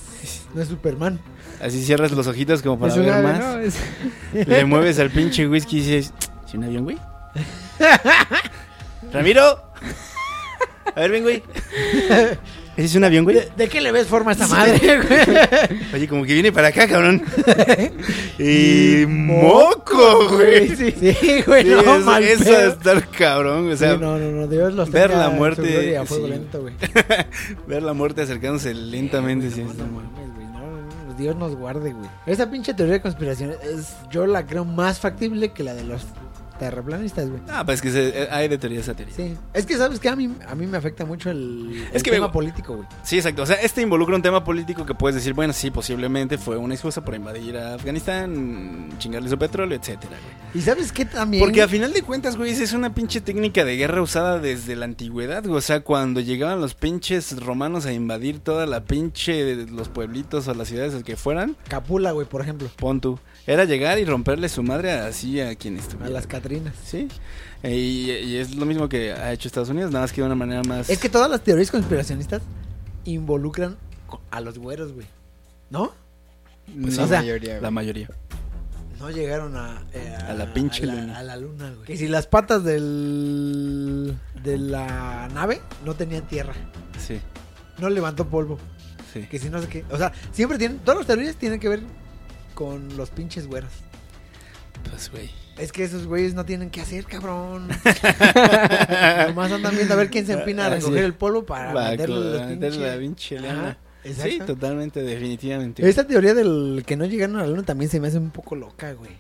Speaker 2: no es Superman.
Speaker 1: Así cierras los ojitos como para
Speaker 3: Es un
Speaker 1: ver
Speaker 3: ave,
Speaker 1: más. *laughs*
Speaker 3: ¿no? Es-
Speaker 1: Le mueves al pinche whisky y dices, ¿es un avión, güey? Ramiro, a ver, ven, güey. ¿Ese es un avión, güey?
Speaker 2: ¿De, de qué le ves forma a esta
Speaker 1: *laughs*
Speaker 2: madre, güey?
Speaker 1: Oye, como que viene para acá, cabrón. y moco, güey.
Speaker 2: Sí, sí, güey,
Speaker 1: Sí,
Speaker 2: no,
Speaker 1: es-
Speaker 2: mal
Speaker 1: eso
Speaker 2: pedo.
Speaker 1: de estar cabrón, o sea,
Speaker 2: Sí, no, no, no, Dios los
Speaker 1: ver
Speaker 2: tenga
Speaker 1: la
Speaker 2: en su
Speaker 1: muerte,
Speaker 2: gloria, a fuego
Speaker 1: sí.
Speaker 2: lento, güey.
Speaker 1: ver la muerte acercándose lentamente. sí,
Speaker 2: no,
Speaker 1: es-
Speaker 2: no mames, güey, no, no, pues Dios nos guarde, güey. Esa pinche teoría de conspiración es, yo la creo más factible que la de los terraplanistas, güey.
Speaker 1: Ah, pues que se- eh, hay de teorías a teoría. Sí.
Speaker 2: Sí. Es que sabes que a mí, a mí me afecta mucho el,
Speaker 1: Es
Speaker 2: el
Speaker 1: que
Speaker 2: tema
Speaker 1: me-
Speaker 2: político, güey.
Speaker 1: exacto. O sea, este involucra un tema político que puedes decir, bueno, sí, posiblemente fue una excusa para invadir a Afganistán, chingarle su petróleo, etcétera, güey.
Speaker 2: Y sabes qué también.
Speaker 1: Porque a final de cuentas, güey, esa es una pinche técnica de guerra usada desde la antigüedad, güey. O sea, cuando llegaban los pinches romanos a invadir toda la pinche, los pueblitos o las ciudades que fueran,
Speaker 2: Capula, güey, por ejemplo.
Speaker 1: pon tú, era llegar y romperle su madre así a quien estuviera.
Speaker 2: A las Catrinas.
Speaker 1: Sí. Eh, Y, y es lo mismo que ha hecho Estados Unidos, nada más que de una manera más...
Speaker 2: Es que todas las teorías conspiracionistas involucran co- a los güeros, güey. ¿No?
Speaker 1: Pues
Speaker 3: la
Speaker 1: sí.
Speaker 2: o sea,
Speaker 3: mayoría,
Speaker 1: La
Speaker 3: güey.
Speaker 1: mayoría.
Speaker 2: No llegaron a. eh,
Speaker 1: A la pinche
Speaker 2: a la-
Speaker 1: luna.
Speaker 2: A la luna, güey. Que si las patas del. de la nave no tenían tierra.
Speaker 1: Sí,
Speaker 2: No levantó polvo.
Speaker 1: sí.
Speaker 2: Que si no sé qué. O sea, siempre tienen. Todas las teorías tienen que ver con los pinches güeros.
Speaker 1: Pues, güey.
Speaker 2: Es que esos güeyes no tienen que
Speaker 1: *laughs*
Speaker 2: hacer, cabrón. *laughs* Nomás andan viendo a ver quién se empina a
Speaker 1: Así
Speaker 2: recoger
Speaker 1: es.
Speaker 2: el polvo para
Speaker 1: Va,
Speaker 2: meterle
Speaker 1: con-
Speaker 2: los
Speaker 1: meterle
Speaker 2: pinches-
Speaker 1: la pinche
Speaker 2: Ajá,
Speaker 1: lana. Sí,
Speaker 2: exacto.
Speaker 1: totalmente, definitivamente.
Speaker 2: Esta teoría del que no llegaron a la luna también se me hace un poco loca, güey.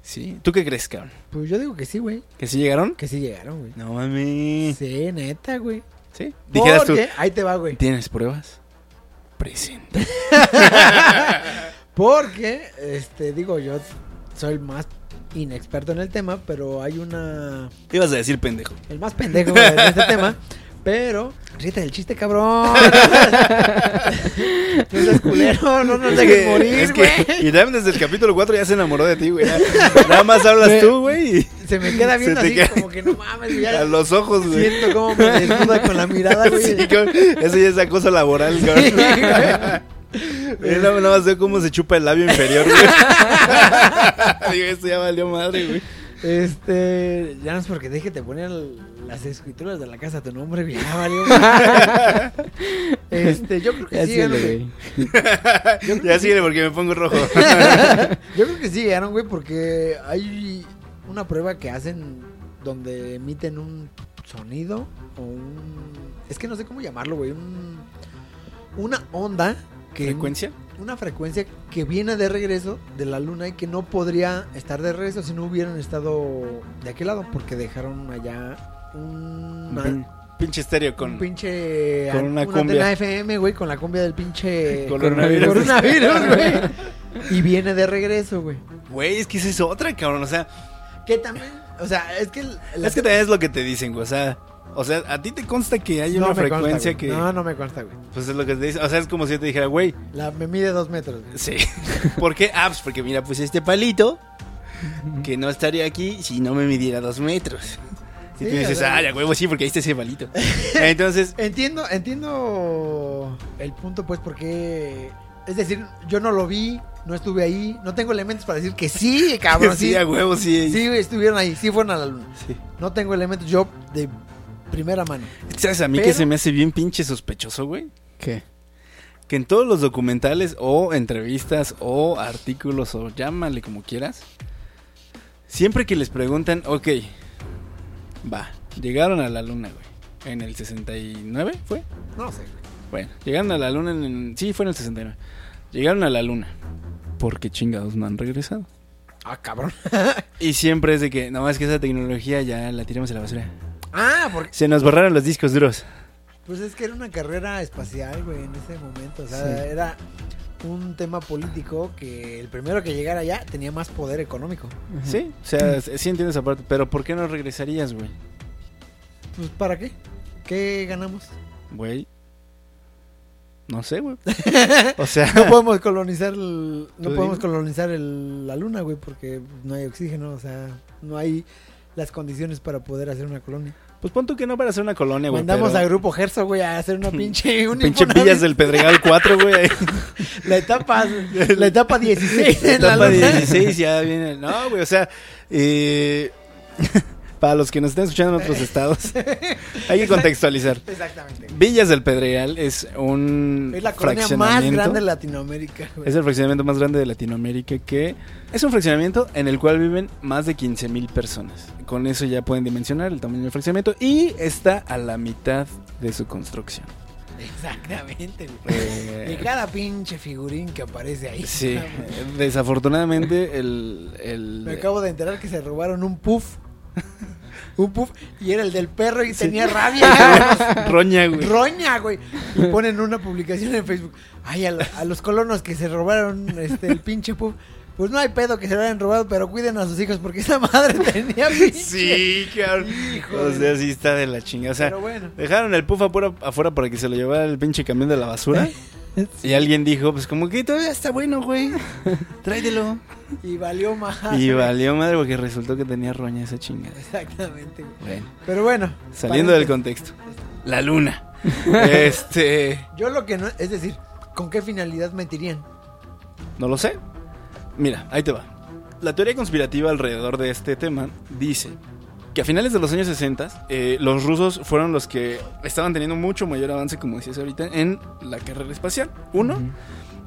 Speaker 1: Sí. ¿Tú qué crees, cabrón?
Speaker 2: Pues yo digo que sí, güey.
Speaker 1: ¿Que sí llegaron?
Speaker 2: Que sí llegaron, güey.
Speaker 1: No mami. Sí.
Speaker 2: Sí, neta, güey.
Speaker 1: Mm. Dijeras
Speaker 2: Porque, ahí te va,
Speaker 1: tú,
Speaker 2: güey.
Speaker 1: ¿tienes pruebas? Presente.
Speaker 2: Porque, este, digo, yo soy el más inexperto en el tema, pero hay una...
Speaker 1: Ibas a decir pendejo.
Speaker 2: El más pendejo en este
Speaker 1: *laughs*
Speaker 2: tema, pero... Ríete del chiste, cabrón. Tú eres culero, no nos
Speaker 1: Es
Speaker 2: dejes
Speaker 1: que-
Speaker 2: morir,
Speaker 1: es
Speaker 2: güey.
Speaker 1: que- y también desde el capítulo 4 ya se enamoró de ti,
Speaker 2: *laughs*
Speaker 1: güey. Ya- Nada más hablas tú, güey.
Speaker 2: Se me queda
Speaker 1: Se
Speaker 2: viendo
Speaker 1: te
Speaker 2: así
Speaker 1: queda-
Speaker 2: como que no
Speaker 1: *laughs*
Speaker 2: mames,
Speaker 1: y
Speaker 2: *laughs*
Speaker 1: A
Speaker 2: ya
Speaker 1: los ojos, güey.
Speaker 2: siento como me desnuda con la mirada, güey.
Speaker 1: Sí, cabrón. Eso ya es acoso laboral, cabrón.
Speaker 2: Sí, güey.
Speaker 1: Yo nada nada más veo cómo se chupa el labio inferior, güey. *laughs* Digo, esto ya valió madre, güey.
Speaker 2: Este, ya no es porque dije que te ponían las escrituras de la casa a tu nombre, güey. Ya valió, güey. Este, yo creo que
Speaker 3: Ya
Speaker 2: sí
Speaker 3: sí,
Speaker 2: llegaron,
Speaker 3: güey.
Speaker 1: Ya sigue porque me pongo rojo.
Speaker 2: güey. Yo creo que sí llegaron, güey, porque hay una prueba que hacen donde emiten un sonido o un es que no sé cómo llamarlo, güey, un una onda que
Speaker 1: ¿Frecuencia?
Speaker 2: una frecuencia que viene de regreso de la luna y que no podría estar de regreso si no hubieran estado de aquel lado porque dejaron allá una
Speaker 1: Pen- pinche estéreo con...
Speaker 2: un pinche
Speaker 1: con una
Speaker 2: antena
Speaker 1: cumbia.
Speaker 2: FM, güey, con la cumbia
Speaker 1: *laughs*
Speaker 2: del pinche
Speaker 1: Coronavirus.
Speaker 2: coronavirus,
Speaker 1: *laughs*
Speaker 2: güey. Y viene de regreso, güey.
Speaker 1: Güey, es que esa es otra, cabrón. O sea,
Speaker 2: Que también, o sea, es que el- la-
Speaker 1: es que también es lo que te dicen, güey. O sea, o sea a ti te consta que hay
Speaker 2: no
Speaker 1: una
Speaker 2: me consta,
Speaker 1: frecuencia
Speaker 2: güey.
Speaker 1: que...
Speaker 2: No, no me consta, güey.
Speaker 1: Pues es lo que te dicen. O sea, es como si yo te dijera, güey,
Speaker 2: La me mide dos metros. güey.
Speaker 1: sí. *laughs* ¿Por qué apps? Porque mira, pues este palito que no estaría aquí si no me midiera dos metros. Si
Speaker 2: Sí,
Speaker 1: tú
Speaker 2: o
Speaker 1: dices,
Speaker 2: sea-
Speaker 1: ah, ya huevo, sí, porque ahí está ese
Speaker 2: *laughs*
Speaker 1: palito. Entonces,
Speaker 2: Entiendo, entiendo el punto, pues, porque. Es decir, yo no lo vi, no estuve ahí, no tengo elementos para decir que *laughs* sí, cabrón,
Speaker 1: *laughs*
Speaker 2: sí.
Speaker 1: sí, a huevo, sí.
Speaker 2: Sí, güey, estuvieron ahí, sí fueron a la luna.
Speaker 1: Sí.
Speaker 2: No tengo elementos yo de primera mano.
Speaker 1: ¿Sabes a mí que
Speaker 2: Pero-
Speaker 1: se me hace bien pinche sospechoso, güey?
Speaker 3: ¿Qué?
Speaker 1: Que en todos los documentales o entrevistas o artículos o llámale como quieras, siempre que les preguntan, ok, va, llegaron a la luna, güey. En el 69 fue.
Speaker 2: No sé, güey.
Speaker 1: Bueno, llegaron a la luna en... en- sí, fue en el 69. Llegaron a la luna. Porque chingados no han regresado.
Speaker 2: Ah, cabrón.
Speaker 1: Y siempre es de que, no, es que esa tecnología ya la tiramos a la basura.
Speaker 2: Ah, porque.
Speaker 1: Se nos borraron los discos duros.
Speaker 2: Pues es que era una carrera espacial, güey, en ese momento. O sea, era un tema político que el primero que llegara allá tenía más poder económico.
Speaker 1: Sí, o sea, *clears throat* sí entiendo esa parte. Pero ¿por qué no regresarías, güey?
Speaker 2: Pues, ¿para qué? ¿Qué ganamos?
Speaker 1: Güey. No sé,
Speaker 2: *laughs*
Speaker 1: güey. O sea,
Speaker 2: No podemos colonizar el- no
Speaker 1: Tú
Speaker 2: podemos
Speaker 1: dime.
Speaker 2: colonizar el- la luna, güey, porque no hay oxígeno, o sea, no hay las condiciones para poder hacer una colonia.
Speaker 1: pues pon tú que no para hacer una colonia, Eh, güey.
Speaker 2: Mandamos
Speaker 1: pero-
Speaker 2: a Grupo Herzog, güey, a hacer
Speaker 1: *laughs*
Speaker 2: una pinche un *laughs*
Speaker 1: Pinche
Speaker 2: Infonavit.
Speaker 1: pillas del Pedregal 4, güey.
Speaker 2: la etapa la etapa 16 en *laughs* la
Speaker 1: Etapa
Speaker 2: luna.
Speaker 1: 16 ya viene. No, güey, o sea, eh, para los que nos estén escuchando en otros
Speaker 2: *laughs*
Speaker 1: estados, hay que contextualizar.
Speaker 2: Exactamente. güey.
Speaker 1: Villas del Pedregal es un
Speaker 2: Es la colonia más
Speaker 1: fraccionamiento.
Speaker 2: grande de Latinoamérica, güey.
Speaker 1: es el fraccionamiento más grande de Latinoamérica que es un fraccionamiento en el cual viven más de 15 mil personas. Con eso ya pueden dimensionar el tamaño del fraccionamiento y está a la mitad de su
Speaker 2: *laughs*
Speaker 1: construcción.
Speaker 2: Exactamente, güey.
Speaker 1: Eh,
Speaker 2: De cada pinche figurín que aparece ahí.
Speaker 1: sí,
Speaker 2: Ah, güey.
Speaker 1: desafortunadamente el... el-
Speaker 2: Me acabo de enterar que se robaron un puff. Un puff y era el del perro
Speaker 1: *laughs*
Speaker 2: y tenía rabia. *laughs*
Speaker 1: Roña, güey.
Speaker 2: Roña, güey. Y ponen una publicación en Facebook. Ay, a, lo- a los colonos que se robaron este, el pinche puff. Pues no hay pedo que se lo hayan robado, pero cuiden a sus hijos porque esa madre tenía pinche.
Speaker 1: Sí, cabrón.
Speaker 2: Hijo
Speaker 1: O
Speaker 2: de-
Speaker 1: sea, sí está de la chingada. O sea,
Speaker 2: Pero bueno.
Speaker 1: dejaron el puff afuera, afuera para que se lo llevara el pinche camión de la basura. Y alguien dijo, pues como que todavía está bueno, güey. Tráetelo.
Speaker 2: Y valió más.
Speaker 1: Y valió madre porque resultó que tenía roña esa chingada.
Speaker 2: Exactamente, güey.
Speaker 1: Bueno,
Speaker 2: Pero bueno.
Speaker 1: saliendo del
Speaker 2: paréntesis.
Speaker 1: contexto. La luna. Este,
Speaker 2: Yo lo que no. Es decir, ¿con qué finalidad mentirían?
Speaker 1: no lo sé. Mira, ahí te va. La teoría conspirativa alrededor de este tema dice que a finales de los años 60 eh, los rusos fueron los que estaban teniendo mucho mayor avance, como decías ahorita, en la carrera espacial. Uno,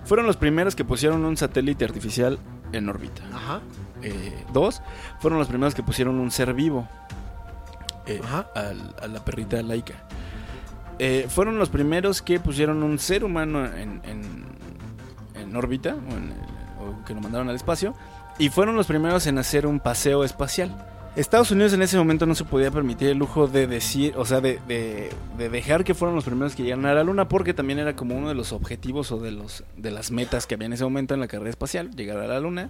Speaker 1: fueron los primeros que pusieron un satélite artificial en órbita.
Speaker 2: Ajá.
Speaker 1: Eh, dos, fueron los primeros que pusieron un ser vivo eh,
Speaker 2: Ajá.
Speaker 1: al- a la perrita laica. fueron los primeros que pusieron un ser humano en, en- en órbita o, en el- o que lo mandaron al espacio. Y fueron los primeros en hacer un paseo espacial. Estados Unidos en ese momento no se podía permitir el lujo de decir, o sea, de, de- de dejar que fueron los primeros que llegaran a la Luna, porque también era como uno de los objetivos o de, los, de las metas que había en ese momento en la carrera espacial, llegar a la Luna.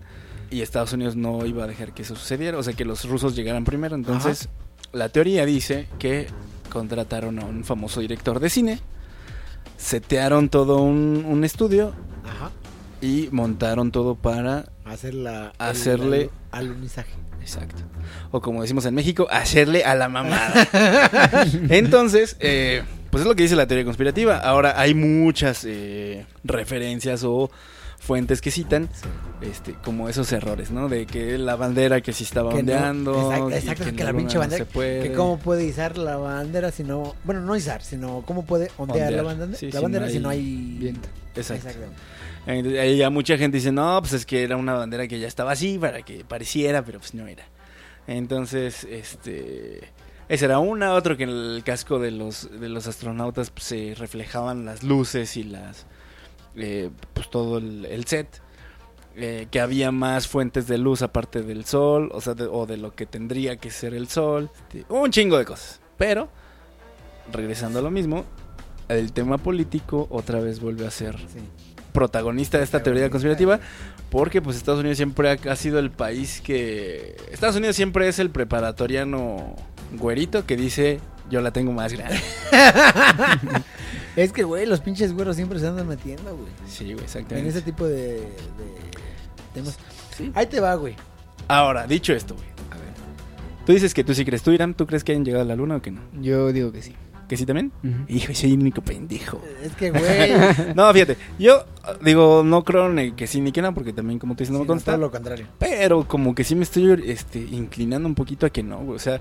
Speaker 1: Y Estados Unidos no iba a dejar que eso sucediera, o sea, que los rusos llegaran primero. Entonces, la teoría dice que contrataron a un famoso director de cine, setearon todo un, un estudio
Speaker 2: Ajá.
Speaker 1: y montaron todo para...
Speaker 2: Hacer la. el-
Speaker 1: Hacerle-
Speaker 2: el alunizaje.
Speaker 1: Exacto. O como decimos en México, hacerle a la
Speaker 2: *laughs*
Speaker 1: mamada. Entonces, eh, pues es lo que dice la teoría conspirativa. Ahora, hay muchas eh, referencias o fuentes que citan este, como esos errores, ¿no? De que la bandera que sí estaba
Speaker 2: Que no-
Speaker 1: ondeando.
Speaker 2: exacto,
Speaker 1: y
Speaker 2: exacto, que,
Speaker 1: en
Speaker 2: la
Speaker 1: luna
Speaker 2: pinche
Speaker 1: no
Speaker 2: bandera.
Speaker 1: se puede.
Speaker 2: Que cómo puede izar la bandera si no. Bueno, no izar, sino cómo puede ondear,
Speaker 1: Ondear.
Speaker 2: la bandera,
Speaker 1: Sí,
Speaker 2: la
Speaker 1: si no
Speaker 2: bandera si
Speaker 1: hay
Speaker 2: no hay.
Speaker 3: Viento.
Speaker 1: Exacto.
Speaker 2: Exactamente. *laughs*
Speaker 1: Entonces, ahí ya mucha gente dice, no, pues es que era una bandera que ya estaba así para que pareciera, pero pues no era. Entonces, este... Esa era una, otro que en el casco de los, de los astronautas pues, se reflejaban las luces y las... eh, pues todo el, el set. eh, que había más fuentes de luz aparte del sol, o sea, de- o de lo que tendría que ser el sol. este, Un chingo de cosas. Pero regresando a lo mismo, el tema político otra vez vuelve a ser
Speaker 3: Sí.
Speaker 1: protagonista de esta teoría
Speaker 3: Protagonista.
Speaker 1: conspirativa porque pues Estados Unidos siempre ha, ha sido el país que Estados Unidos siempre es el preparatoriano güerito que dice yo la tengo más grande.
Speaker 2: Es que, güey, los pinches güeros siempre se andan metiendo, güey.
Speaker 1: Sí, güey,
Speaker 2: En ese
Speaker 1: exactamente.
Speaker 2: tipo de, de temas. Ahí te va, güey.
Speaker 1: Ahora, dicho esto, güey. Tú dices que tú sí crees, tú Irán, ¿tú crees que hayan llegado a la luna o que no?
Speaker 3: Yo digo que sí.
Speaker 1: ¿Que sí también? Hijo, soy el único
Speaker 2: *laughs*
Speaker 1: pendejo.
Speaker 2: Es que,
Speaker 1: *laughs*
Speaker 2: güey.
Speaker 1: No, fíjate, yo eh, digo, no creo ni que sí ni que no, porque también como tú dices no me
Speaker 2: sí,
Speaker 1: consta.
Speaker 2: todo lo contrario.
Speaker 1: Pero como que sí me estoy este, inclinando un poquito a que no, güey. O sea,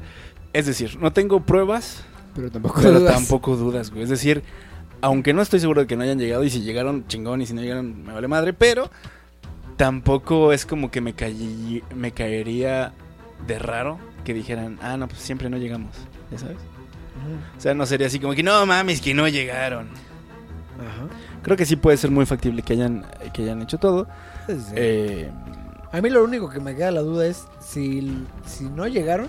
Speaker 1: es decir, no tengo pruebas,
Speaker 3: Pero tampoco.
Speaker 1: pero
Speaker 3: dudas.
Speaker 1: tampoco dudas, güey. Es decir, aunque no estoy seguro de que no hayan llegado y si llegaron, chingón, y si no llegaron, me vale madre, pero tampoco es como que me, caí- me caería de raro que dijeran, ah, no, pues siempre no llegamos, ya sabes. O sea, no sería así como que, no mames, que no llegaron.
Speaker 2: Ajá.
Speaker 1: Creo que sí puede ser muy factible que hayan, que hayan hecho todo.
Speaker 2: Sí, sí.
Speaker 1: Eh,
Speaker 2: A mí lo único que me queda la duda es si, si no llegaron,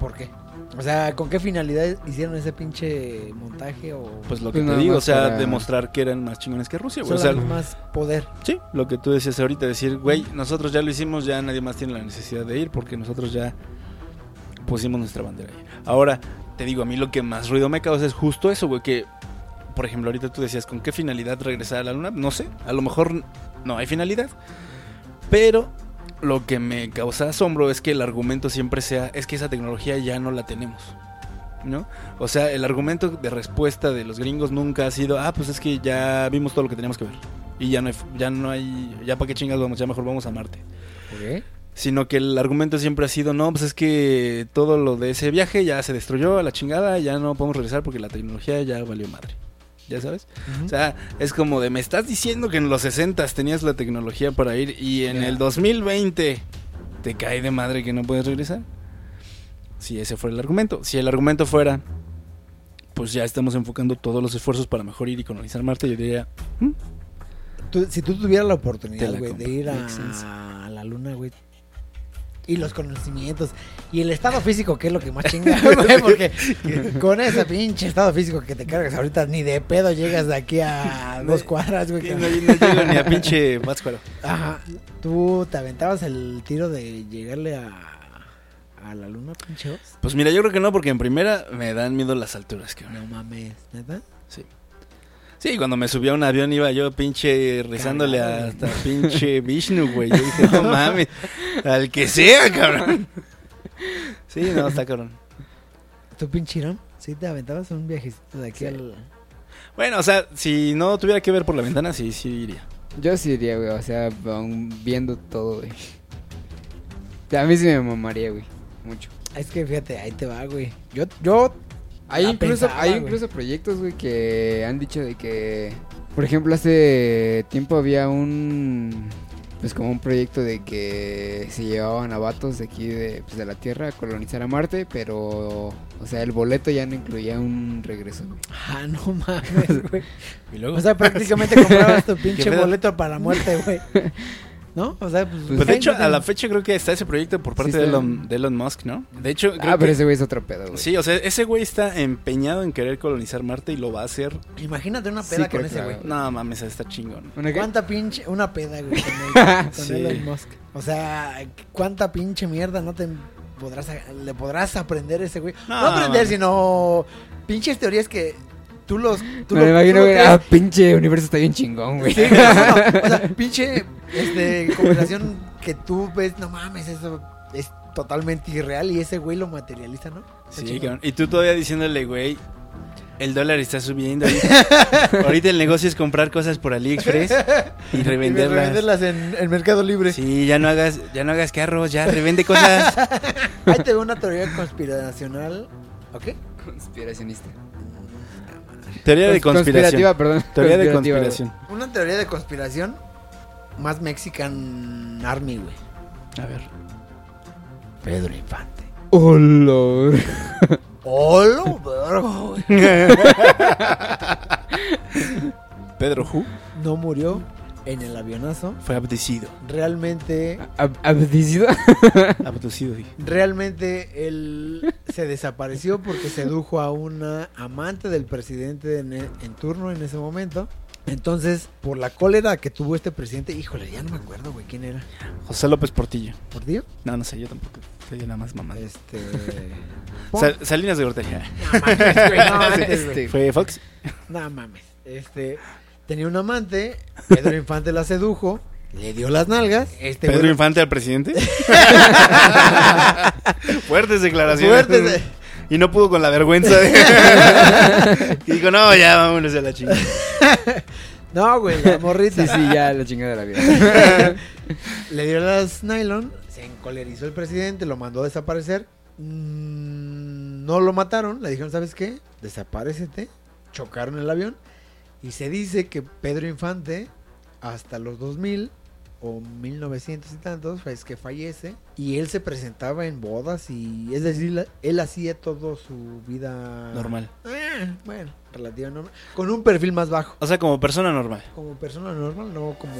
Speaker 2: ¿por qué? O sea, ¿con qué finalidad hicieron ese pinche montaje o
Speaker 1: pues lo
Speaker 3: Pues
Speaker 1: que te
Speaker 3: nada
Speaker 1: digo,
Speaker 3: más
Speaker 1: o sea,
Speaker 3: para-
Speaker 1: demostrar que eran más chingones que Rusia. güey. O sea,
Speaker 2: solo más poder?
Speaker 1: sí, lo que tú decías ahorita, decir, güey, nosotros ya lo hicimos, ya nadie más tiene la necesidad de ir porque nosotros ya pusimos nuestra bandera ahí. Ahora, te digo, a mí lo que más ruido me causa es justo eso, güey, que, por ejemplo, ahorita tú decías, ¿con qué finalidad regresar a la luna? No sé, a lo mejor no hay finalidad, pero... Lo que me causa asombro es que el argumento siempre sea, es que esa tecnología ya no la tenemos. ¿no? O sea, el argumento de respuesta de los gringos nunca ha sido, ah, pues es que ya vimos todo lo que teníamos que ver. Y ya no hay, ya no hay, ya para qué chingas vamos, ya mejor vamos a Marte.
Speaker 2: ¿Por qué?
Speaker 1: Sino que el argumento siempre ha sido, no, pues es que todo lo de ese viaje ya se destruyó a la chingada, ya no podemos regresar porque la tecnología ya valió madre. ¿Ya sabes? O sea, es como de, me estás diciendo que en los 60 tenías la tecnología para ir y en
Speaker 3: Ya.
Speaker 1: el 2020 te cae de madre que no puedes regresar. Si ese fuera el argumento. Si el argumento fuera, pues ya estamos enfocando todos los esfuerzos para mejor ir y colonizar Marte, yo diría, "Mm,
Speaker 2: Tú- si tú tuvieras la
Speaker 1: Te
Speaker 2: oportunidad,
Speaker 1: la
Speaker 2: güey,
Speaker 1: compro.
Speaker 2: de ir
Speaker 1: Makes sense.
Speaker 2: a, la luna, güey. Y los conocimientos. Y el estado físico, que es lo que más chinga, *laughs* güey. Porque con ese pinche estado físico que te cargas ahorita, ni de pedo llegas de aquí
Speaker 1: *laughs*
Speaker 2: a dos cuadras, güey.
Speaker 1: que no, no llego ni a pinche Pátzcuaro".
Speaker 2: Ajá. ¿Tú te aventabas el tiro de llegarle a, a la luna, pinche Oz?
Speaker 1: Pues mira, yo creo que no, porque en primera me dan miedo las alturas, cabrón.
Speaker 2: No mames, ¿neta?
Speaker 1: Sí. Sí, cuando me subí a un avión iba yo pinche rezándole
Speaker 2: Cagado,
Speaker 1: hasta *laughs* pinche Vishnu, güey. Yo dije,
Speaker 3: *laughs*
Speaker 1: no mames, al que sea, cabrón. Sí, no, está cabrón.
Speaker 2: ¿Tú pinche Irán? Sí, te aventabas un viajecito de aquí
Speaker 3: Sí.
Speaker 2: al...
Speaker 1: Bueno, o sea, si no tuviera que ver por la ventana, sí, sí iría.
Speaker 3: Yo sí diría, güey. O sea, aún viendo todo, güey. A mí sí me mamaría, güey. Mucho.
Speaker 2: Es que fíjate, ahí te va, güey. Yo, yo *laughs*
Speaker 3: Hay
Speaker 2: La
Speaker 3: incluso,
Speaker 2: pensaba,
Speaker 3: hay
Speaker 2: güey.
Speaker 3: incluso proyectos, güey, que han dicho de que, por ejemplo, hace tiempo había un, pues como un proyecto de que se llevaban a vatos de aquí de, pues, de la Tierra a colonizar a Marte, pero, o sea, el boleto ya no incluía un regreso, güey.
Speaker 2: Ah, no mames,
Speaker 1: *laughs*
Speaker 2: güey.
Speaker 1: Y luego,
Speaker 2: O sea, prácticamente
Speaker 1: *laughs*
Speaker 2: comprabas tu
Speaker 1: ¿Qué
Speaker 2: pinche
Speaker 1: pedo?
Speaker 2: boleto para la muerte,
Speaker 1: *laughs*
Speaker 2: güey. ¿No? O sea, pues.
Speaker 1: pues de
Speaker 2: ahí
Speaker 1: hecho,
Speaker 2: no
Speaker 1: a la
Speaker 2: tiene-
Speaker 1: fecha creo que está ese proyecto por parte
Speaker 3: Sí,
Speaker 1: de,
Speaker 3: está.
Speaker 1: Elon, de Elon Musk, ¿no? De hecho, creo
Speaker 3: Ah, pero
Speaker 1: que-
Speaker 3: ese güey es otro pedo, güey.
Speaker 1: Sí, o sea, ese güey está empeñado en querer colonizar Marte y lo va a hacer.
Speaker 2: Imagínate una
Speaker 3: Sí,
Speaker 2: peda
Speaker 3: creo
Speaker 2: con
Speaker 3: que
Speaker 2: ese
Speaker 3: la-
Speaker 2: güey.
Speaker 1: No mames, está chingón.
Speaker 3: ¿Una qué?
Speaker 2: ¿Cuánta pinche. Una peda, güey,
Speaker 1: *laughs*
Speaker 2: con, el- con
Speaker 1: Sí.
Speaker 2: Elon Musk. O sea, ¿cuánta pinche mierda no te podrás. a- Le podrás aprender a ese güey? No,
Speaker 1: No,
Speaker 2: aprender,
Speaker 1: mames.
Speaker 2: sino. Pinches teorías que tú los. Tú
Speaker 3: me
Speaker 2: lo-
Speaker 3: lo
Speaker 2: tú
Speaker 3: imagino,
Speaker 2: lo
Speaker 3: güey,
Speaker 2: crees.
Speaker 3: ah, pinche universo está bien chingón, güey. *laughs*
Speaker 2: Sí, güey, bueno,
Speaker 1: *laughs*
Speaker 2: o sea, pinche este, conversación que tú ves, no mames, eso es totalmente irreal y ese güey lo materializa, ¿no? Está
Speaker 1: Sí,
Speaker 2: chingón.
Speaker 1: cabrón. Y tú todavía diciéndole, güey, el dólar está subiendo. ahorita. Ahorita el negocio es comprar cosas por AliExpress y
Speaker 2: Y
Speaker 1: revenderlas.
Speaker 2: revenderlas en el Mercado Libre.
Speaker 1: Sí, ya no hagas, ya no hagas carros, ya revende cosas.
Speaker 2: Ahí te veo una teoría conspiracional. ¿Ok?
Speaker 3: Conspiracionista.
Speaker 1: Teoría de
Speaker 3: Cons-
Speaker 1: conspiración.
Speaker 3: Conspirativa, perdón.
Speaker 1: Teoría de
Speaker 3: Conspirativa, güey.
Speaker 1: conspiración.
Speaker 2: Una teoría de conspiración más Mexican Army, güey.
Speaker 1: A ver.
Speaker 2: Pedro Infante.
Speaker 3: Olor.
Speaker 2: ¡Hola, vergo, güey!
Speaker 1: *laughs* Pedro Who.
Speaker 2: No murió, en el avionazo,
Speaker 1: Fue
Speaker 2: *laughs*
Speaker 1: abducido.
Speaker 2: realmente,
Speaker 3: Ab- ¿Abducido?
Speaker 1: Abducido, dije.
Speaker 2: realmente él se desapareció porque sedujo a una amante del presidente en, e- en turno en ese momento. Entonces, por la cólera que tuvo este presidente, híjole, ya no me acuerdo, güey, quién era.
Speaker 1: José López Portillo.
Speaker 2: ¿Por Dios?
Speaker 1: No, no sé, yo tampoco. Soy nada más mamá.
Speaker 2: Este.
Speaker 1: *laughs* Sal- este. Salinas de *laughs* Gortari.
Speaker 2: No mames, güey, no mames, güey.
Speaker 1: ¿Fue Fox?
Speaker 2: No mames. Este tenía un amante, Pedro Infante la sedujo, le dio las nalgas. Este
Speaker 1: ¿Pedro
Speaker 2: güey-
Speaker 1: Infante al presidente? *laughs* Fuertes declaraciones.
Speaker 2: Fuertes de-
Speaker 1: Y no pudo con la
Speaker 2: *laughs*
Speaker 1: vergüenza. *laughs* de- y dijo, no, ya, vámonos a la chingada.
Speaker 2: No, güey, la
Speaker 3: Sí,
Speaker 2: morrita.
Speaker 3: sí, ya la chingada de la vida.
Speaker 2: Le dio las nylon, se encolerizó el presidente, lo mandó a desaparecer. Mm, No lo mataron, le dijeron, ¿sabes qué? Desaparecete. Chocaron el avión. Y se dice que Pedro Infante, hasta los 2000 o 1900 y tantos, es que fallece. Y él se presentaba en bodas y, es decir, la- él hacía toda su vida...
Speaker 1: Normal.
Speaker 2: Eh, bueno, relativamente normal. Con un perfil más bajo
Speaker 1: O sea, como persona normal.
Speaker 2: como persona normal, no como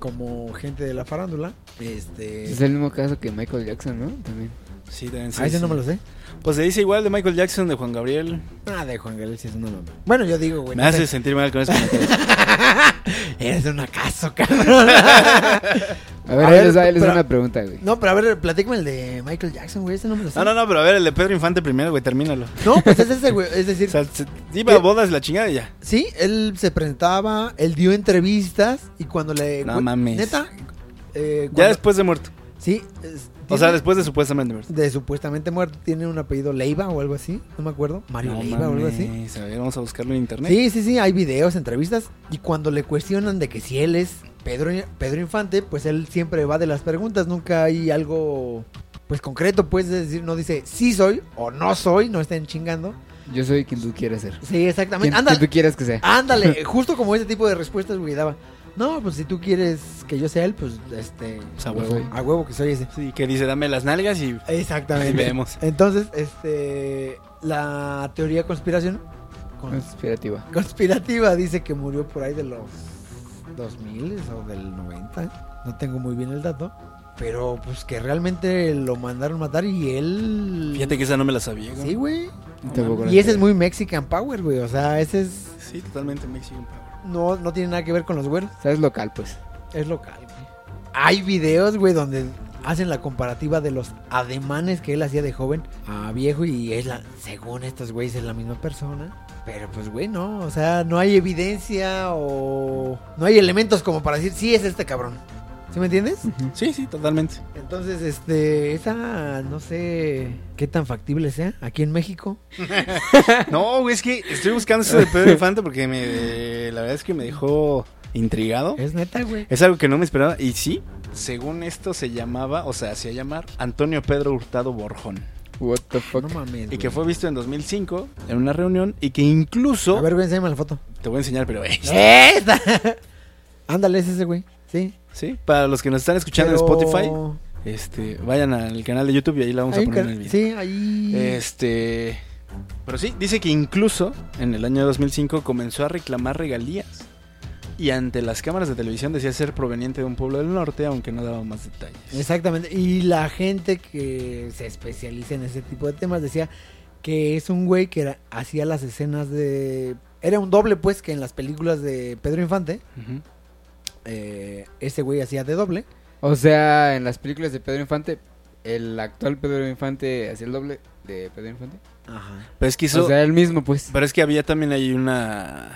Speaker 2: como gente de la farándula. Este,
Speaker 3: es el mismo caso que Michael Jackson, ¿no? También.
Speaker 1: Sí, también sí,
Speaker 2: ah, ese
Speaker 1: sí.
Speaker 2: no me lo sé.
Speaker 1: Pues se dice igual de Michael Jackson, de Juan Gabriel.
Speaker 2: Ah, de Juan Gabriel sí es una mamá. Bueno, yo digo, güey.
Speaker 1: Me
Speaker 2: no
Speaker 1: hace *laughs*
Speaker 2: sé.
Speaker 1: sentir mal con eso.
Speaker 2: Eres
Speaker 1: *laughs*
Speaker 2: un acaso, cabrón.
Speaker 3: A ver,
Speaker 2: A
Speaker 3: ahí
Speaker 2: ver,
Speaker 3: les va- ahí les va
Speaker 2: pero-
Speaker 3: una pregunta, güey.
Speaker 2: no, pero a ver, platícame el de Michael Jackson, güey, ese no me lo sé.
Speaker 1: No, no, no, pero a ver, el de Pedro Infante primero, güey, termínalo.
Speaker 2: No, pues es ese, güey, es
Speaker 1: O
Speaker 2: decir,
Speaker 1: sea, se-
Speaker 2: Eh,
Speaker 1: iba a bodas la chingada y ya.
Speaker 2: sí, él se presentaba, él dio entrevistas y cuando le
Speaker 1: No
Speaker 2: güey,
Speaker 1: mames.
Speaker 2: neta eh,
Speaker 1: Ya
Speaker 2: cuando-
Speaker 1: después de muerto.
Speaker 2: sí, es-
Speaker 1: O sea,
Speaker 2: tiene-
Speaker 1: después de supuestamente muerto.
Speaker 2: de supuestamente muerto tiene un apellido Leiva o algo así, no me acuerdo, Mario
Speaker 1: No
Speaker 2: Leiva o algo así.
Speaker 1: mames, A ver, vamos a buscarlo en internet.
Speaker 2: Sí, sí, sí, hay videos, entrevistas y cuando le cuestionan de que si él es Pedro Pedro Infante, pues él siempre va de las preguntas, nunca hay algo pues concreto, pues es decir, no dice sí soy o no soy, no estén chingando.
Speaker 3: Yo soy quien tú quieras ser.
Speaker 2: Sí,
Speaker 3: Quien,
Speaker 2: exactamente.
Speaker 3: quien tú
Speaker 2: Ándale,
Speaker 3: quieras que sea.
Speaker 1: *laughs*
Speaker 2: ándale, justo como ese tipo de respuestas güey daba. No, pues si tú quieres que yo sea él, pues este
Speaker 1: Pues a
Speaker 3: Lo
Speaker 1: huevo.
Speaker 3: soy.
Speaker 2: a huevo que soy ese.
Speaker 1: Sí, que dice, dame las nalgas y
Speaker 2: Exactamente.
Speaker 1: Y vemos.
Speaker 2: Entonces, este, la teoría conspiración cons-
Speaker 3: Conspirativa.
Speaker 2: conspirativa dice que murió por ahí de los 2000 o del 90. No tengo muy bien el dato. Pero pues que realmente lo mandaron matar y él...
Speaker 1: Fíjate que esa no me la sabía. güey.
Speaker 2: Sí, güey.
Speaker 3: Tampoco la
Speaker 2: Y ese es
Speaker 3: sabía.
Speaker 2: muy Mexican Power, güey. O sea, ese es...
Speaker 1: Sí, totalmente Mexican Power.
Speaker 2: No, no tiene nada que ver con los güeros.
Speaker 3: Sabes local, pues.
Speaker 2: Es local, güey. Hay videos, güey, donde hacen la comparativa de los ademanes que él hacía de joven a viejo y es la, según estos güeyes, es la misma persona. Pero pues, güey, no, o sea, no hay evidencia o no hay elementos como para decir, sí es este cabrón. ¿Sí me *laughs* entiendes?
Speaker 1: Sí, sí, totalmente.
Speaker 2: Entonces, este, esa, no sé qué tan factible sea aquí en México.
Speaker 1: No, güey, es que estoy buscando eso de Pedro Infante porque me, la verdad es que me dejó intrigado.
Speaker 2: Es neta, güey.
Speaker 1: Es algo que no me esperaba. Y sí, según esto se llamaba, o sea, hacía llamar Antonio Pedro Hurtado Borjón.
Speaker 3: What the fuck.
Speaker 2: No mames.
Speaker 1: Y que
Speaker 2: güey.
Speaker 1: fue visto en 2005 en una reunión y que incluso...
Speaker 2: A ver, güey, enséñame la foto.
Speaker 1: Te voy a enseñar, pero... eh,
Speaker 2: ¡Esta! *laughs* Ándale, es ese, güey. Sí.
Speaker 1: sí, para los que nos están escuchando
Speaker 2: Pero-
Speaker 1: en Spotify, este, vayan al canal de YouTube y ahí la vamos
Speaker 2: Hay
Speaker 1: a
Speaker 2: un
Speaker 1: poner en
Speaker 2: can-
Speaker 1: el video.
Speaker 2: Sí, ahí.
Speaker 1: Este. Pero sí, dice que incluso en el año 2005 comenzó a reclamar regalías. Y ante las cámaras de televisión decía ser proveniente de un pueblo del norte, aunque no daba más detalles.
Speaker 2: Exactamente. Y la gente que se especializa en ese tipo de temas decía que es un güey que era- hacía las escenas de. Era un doble, pues, que en las películas de Pedro Infante,
Speaker 1: Ujú.
Speaker 2: eh, ese güey hacía de doble.
Speaker 3: O sea, en las películas de Pedro Infante, el actual Pedro Infante hacía el doble de Pedro Infante.
Speaker 2: Ajá.
Speaker 1: Pero es que hizo-
Speaker 3: O sea, el mismo, pues.
Speaker 1: Pero es que había también ahí una.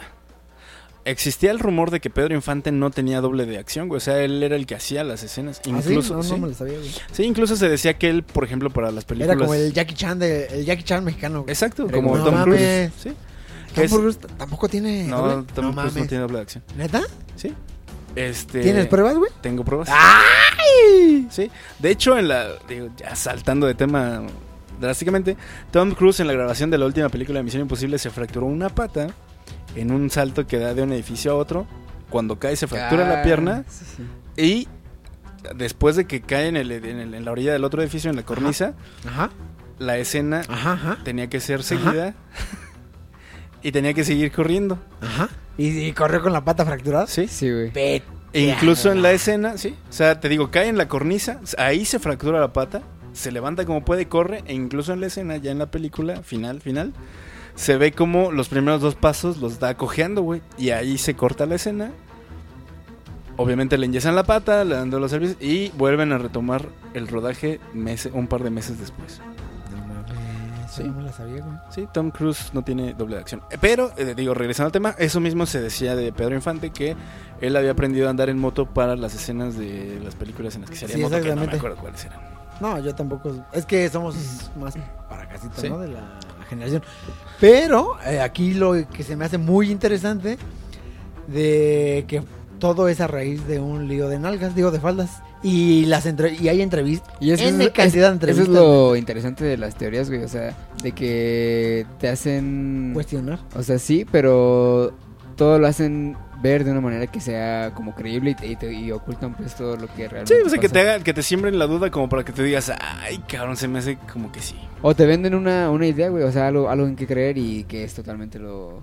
Speaker 1: Existía el rumor de que Pedro Infante no tenía doble de acción, güey. O sea, él era el que hacía las escenas. Incluso,
Speaker 2: Ah, No,
Speaker 1: Ah, sí,
Speaker 2: no me lo sabía, güey.
Speaker 1: Sí, incluso se decía que él, por ejemplo, para las películas.
Speaker 2: Era como el Jackie Chan, de, el Jackie Chan mexicano. güey.
Speaker 1: Exacto,
Speaker 3: Era
Speaker 1: como
Speaker 2: como-
Speaker 1: Tom
Speaker 2: No
Speaker 1: Cruise.
Speaker 2: mames.
Speaker 1: Sí.
Speaker 2: Tom
Speaker 1: Es-
Speaker 2: Cruise t- tampoco tiene.
Speaker 1: No,
Speaker 2: doble.
Speaker 1: Tom Cruise no
Speaker 2: mames.
Speaker 1: tiene doble de acción.
Speaker 2: ¿Neta?
Speaker 1: Sí. Este,
Speaker 2: ¿Tienes pruebas, güey?
Speaker 1: Tengo pruebas.
Speaker 2: ¡Ay!
Speaker 1: Sí. De hecho, en la. digo, ya saltando de tema drásticamente. Tom Cruise en la grabación de la última película de Misión Imposible se fracturó una pata en un salto que da de un edificio a otro. Cuando cae se fractura
Speaker 3: Ah,
Speaker 1: la pierna
Speaker 3: sí, sí.
Speaker 1: y después de que cae en, el- en el- en la orilla del otro edificio, en la cornisa,
Speaker 2: Ajá.
Speaker 1: la escena
Speaker 2: Ah. Ajá, ajá.
Speaker 1: *laughs* tenía que ser seguida y tenía que seguir corriendo.
Speaker 2: Ajá. ¿Y, y corrió con la pata fracturada?
Speaker 1: Sí.
Speaker 3: Sí, güey.
Speaker 2: Vete
Speaker 1: E
Speaker 2: a
Speaker 1: incluso en la
Speaker 2: volar.
Speaker 1: escena, sí. O sea, te digo, cae en la cornisa, ahí se fractura la pata, se levanta como puede, corre, e incluso en la escena, ya en la película, final, final, se ve como los primeros dos pasos los da cojeando, güey. Y ahí se corta la escena. Obviamente le enyesan la pata, le dan de los servicios y vuelven a retomar el rodaje meses- un par de meses después.
Speaker 2: No mames,
Speaker 1: Sí.
Speaker 2: Eh, no me la sabía, güey.
Speaker 1: Sí, Tom Cruise no tiene doble de acción. Eh, Pero, eh, digo, regresando al tema, eso mismo se decía de Pedro Infante, que él había aprendido a andar en moto para las escenas de las películas en las que se haría
Speaker 2: Sí,
Speaker 1: moto, que no me
Speaker 2: exactamente.
Speaker 1: acuerdo cuáles eran.
Speaker 2: No, yo tampoco. Es que somos más para casita,
Speaker 1: Sí.
Speaker 2: ¿no? De la generación. Pero eh, aquí lo que se me hace muy interesante de que todo es a raíz de un lío de nalgas, digo de faldas. Y las entre- y hay entrevistas.
Speaker 3: Y es que
Speaker 2: N
Speaker 3: eso-
Speaker 2: cantidad de
Speaker 3: es- Eso
Speaker 2: entrevistas.
Speaker 3: es lo interesante de las teorías, güey. O sea, de que te
Speaker 2: Mm.
Speaker 3: hacen.
Speaker 2: Cuestionar.
Speaker 3: O sea, sí, pero todo lo hacen ver de una manera que sea como creíble y, te- y te- y ocultan pues todo lo que realmente
Speaker 1: Sí, o sea, que
Speaker 3: pasa.
Speaker 1: te, haga, que te siembren la duda como para que te digas, ay, cabrón, se me hace como que sí.
Speaker 3: O te venden una, una idea, güey, o sea, algo, algo en que creer y que es totalmente lo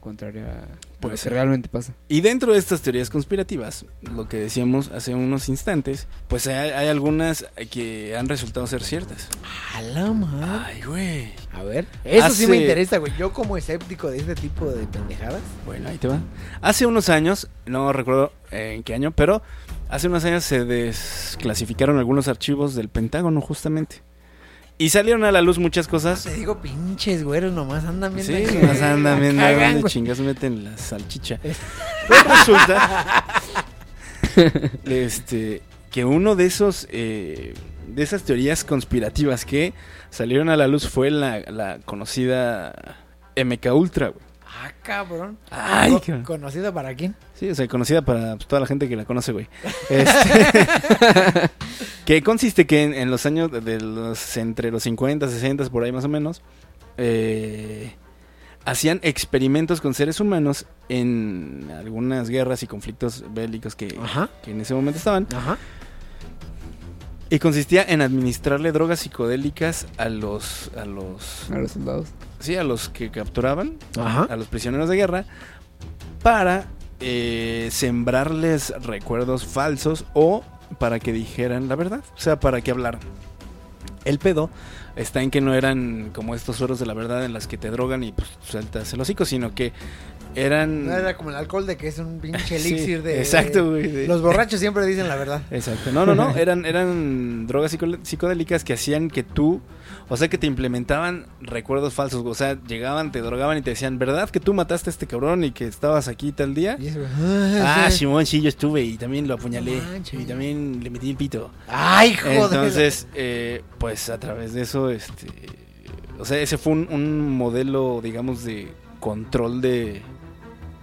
Speaker 3: contrario a
Speaker 1: Puede
Speaker 3: lo que
Speaker 1: ser.
Speaker 3: realmente pasa.
Speaker 1: Y dentro de estas teorías conspirativas, lo que decíamos hace unos instantes, pues hay, hay algunas que han resultado ser ciertas.
Speaker 2: A la madre.
Speaker 1: Ay, güey.
Speaker 2: A ver. Eso sí me
Speaker 1: Hace-
Speaker 2: interesa, güey. Yo como escéptico de este tipo de pendejadas.
Speaker 1: Bueno, ahí te va. Hace unos años, no recuerdo eh, en qué año, pero hace unos años se desclasificaron algunos archivos del Pentágono justamente. Y salieron a la luz muchas cosas.
Speaker 2: Te digo, pinches güeros nomás andan bien.
Speaker 1: Sí,
Speaker 2: acá,
Speaker 1: más andan viendo
Speaker 2: cagan,
Speaker 1: dónde
Speaker 2: güey. Eh.
Speaker 1: chingas meten la salchicha. Pues resulta este, que uno de esos eh, de esas teorías conspirativas que salieron a la luz fue la, la conocida MK Ultra.
Speaker 2: Ah, cabrón.
Speaker 1: Ay,
Speaker 2: Co-
Speaker 1: cabrón.
Speaker 2: ¿Conocido para quién?
Speaker 1: Sí, o sea, conocida para pues, toda la gente que la conoce, güey. Este, que consiste que en, en los años de- de los entre los 50, 60, por ahí más o menos, eh, hacían experimentos con seres humanos en algunas guerras y conflictos bélicos que,
Speaker 2: Ajá.
Speaker 1: que en ese momento estaban.
Speaker 2: Ajá.
Speaker 1: Y consistía en administrarle drogas psicodélicas a los, a los,
Speaker 3: A los soldados.
Speaker 1: sí, a los que capturaban
Speaker 2: Ajá.
Speaker 1: a los prisioneros de guerra para eh, sembrarles recuerdos falsos o para que dijeran la verdad, o sea, para que hablaran. El pedo está en que no eran como estos sueros de la verdad en las que te drogan y pues sueltas el hocico, sino que eran...
Speaker 2: No era como el alcohol de que es un pinche
Speaker 1: Sí,
Speaker 2: elixir de.
Speaker 1: Exacto, güey. de-
Speaker 2: Los borrachos siempre dicen la verdad.
Speaker 1: Exacto. No, no, *laughs* no. Eran, eran drogas psico- psicodélicas que hacían que tú, o sea, que te implementaban recuerdos falsos. O sea, llegaban, te drogaban y te decían, ¿verdad que tú mataste a este cabrón y que estabas aquí tal día?
Speaker 2: Y eso,
Speaker 1: Ah,
Speaker 2: *laughs* ah, sí.
Speaker 1: Simón, sí, yo estuve y también lo apuñalé.
Speaker 2: No manches.
Speaker 1: Y también le metí el pito.
Speaker 2: Ay, joder.
Speaker 1: Entonces, eh, pues a través de eso, este. O sea, ese fue un, un modelo, digamos, de control de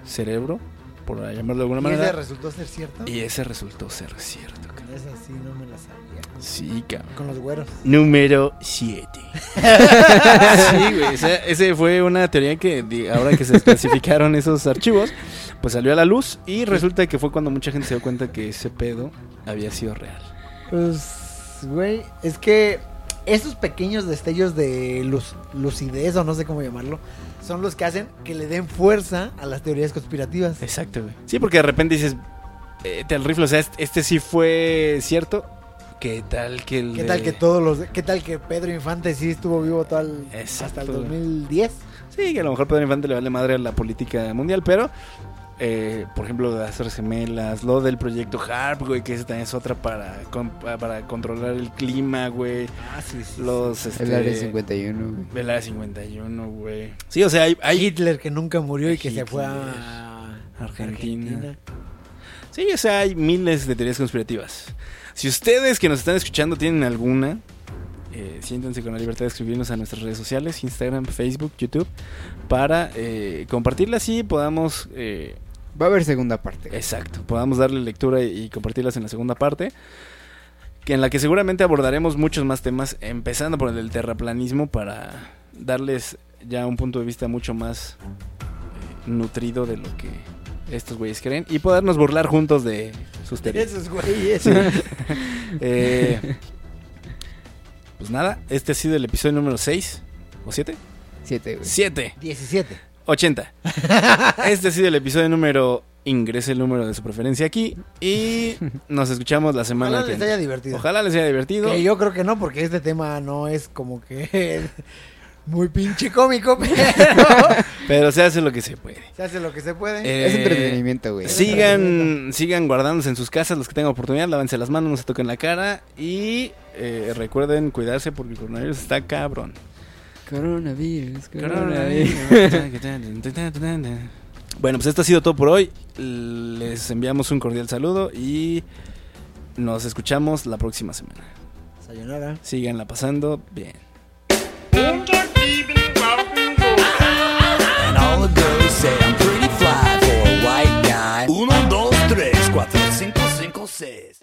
Speaker 1: cerebro, por llamarlo de alguna
Speaker 2: ¿Y ese
Speaker 1: manera.
Speaker 2: resultó ser cierto?
Speaker 1: Y ese resultó ser cierto, cabrón.
Speaker 2: Esa sí no me la sabía.
Speaker 1: Sí, cabrón.
Speaker 2: Con los güeros.
Speaker 1: Número 7. *laughs* sí, güey. o sea, ese fue una teoría que di- ahora que se especificaron esos archivos, pues salió a la luz y resulta que fue cuando mucha gente se dio cuenta que ese pedo había sido real.
Speaker 2: Pues, güey, es que esos pequeños destellos de luz, lucidez o no sé cómo llamarlo, son los que hacen que le den fuerza a las teorías conspirativas.
Speaker 1: Exacto, güey. Sí, porque de repente dices, eh, te el rifle, o sea, este, este sí fue cierto. ¿Qué tal que el
Speaker 2: ¿Qué
Speaker 1: de-
Speaker 2: tal que todos los qué tal que Pedro Infante sí estuvo vivo todo el- hasta
Speaker 1: Exacto,
Speaker 2: el
Speaker 1: güey.
Speaker 2: 2010?
Speaker 1: Sí, que a lo mejor Pedro Infante le vale madre a la política mundial, pero, eh, por ejemplo, lo de las Torres Gemelas, lo del proyecto HARP, güey, que esa también es otra para, con- para controlar el clima, güey.
Speaker 2: Ah, sí, sí.
Speaker 1: Los. Este,
Speaker 3: El área 51, güey.
Speaker 1: El área 51, güey. Sí, o sea, hay. hay-
Speaker 2: Hitler que nunca murió y que
Speaker 1: Hitler.
Speaker 2: se fue a
Speaker 1: Argentina. sí, o sea, hay miles de teorías conspirativas. Si ustedes que nos están escuchando tienen alguna, eh, siéntense con la libertad de escribirnos a nuestras redes sociales: Instagram, Facebook, YouTube, para eh, compartirla así podamos. eh,
Speaker 3: Va a haber segunda parte. güey.
Speaker 1: Exacto, podamos darle lectura y, y compartirlas en la segunda parte, que en la que seguramente abordaremos muchos más temas, empezando por el del terraplanismo, para darles ya un punto de vista mucho más eh, nutrido de lo que estos güeyes creen y podernos burlar juntos de sus teorías.
Speaker 2: Esos güeyes.
Speaker 1: *laughs* Eh, pues nada, este ha sido el episodio número 6 o 7.
Speaker 3: Siete, güey.
Speaker 1: 7.
Speaker 2: 17. *laughs*
Speaker 1: 80. Este ha sido el episodio número. Ingrese el número de su preferencia aquí. Y nos escuchamos la semana
Speaker 2: Ojalá
Speaker 1: que
Speaker 2: les
Speaker 1: entra.
Speaker 2: haya divertido.
Speaker 1: Ojalá les haya divertido.
Speaker 2: Que yo creo que no, porque este tema no es como que *laughs* muy pinche cómico, *laughs* pero
Speaker 1: Pero se hace lo que se puede.
Speaker 2: se hace lo que se puede.
Speaker 1: Eh,
Speaker 3: Es entretenimiento, güey.
Speaker 1: Sigan, sigan guardándose en sus casas los que tengan oportunidad, lávense las manos, no se toquen la cara y eh, recuerden cuidarse porque el coronavirus está cabrón.
Speaker 3: Coronavirus, coronavirus.
Speaker 1: bueno, pues esto ha sido todo por hoy. Les enviamos un cordial saludo y nos escuchamos la próxima semana.
Speaker 2: Sayonara.
Speaker 1: Síganla pasando bien.
Speaker 5: And all the girls say I'm pretty fly for a white guy. Uno, dos, tres, cuatro, cinco, cinco, seis.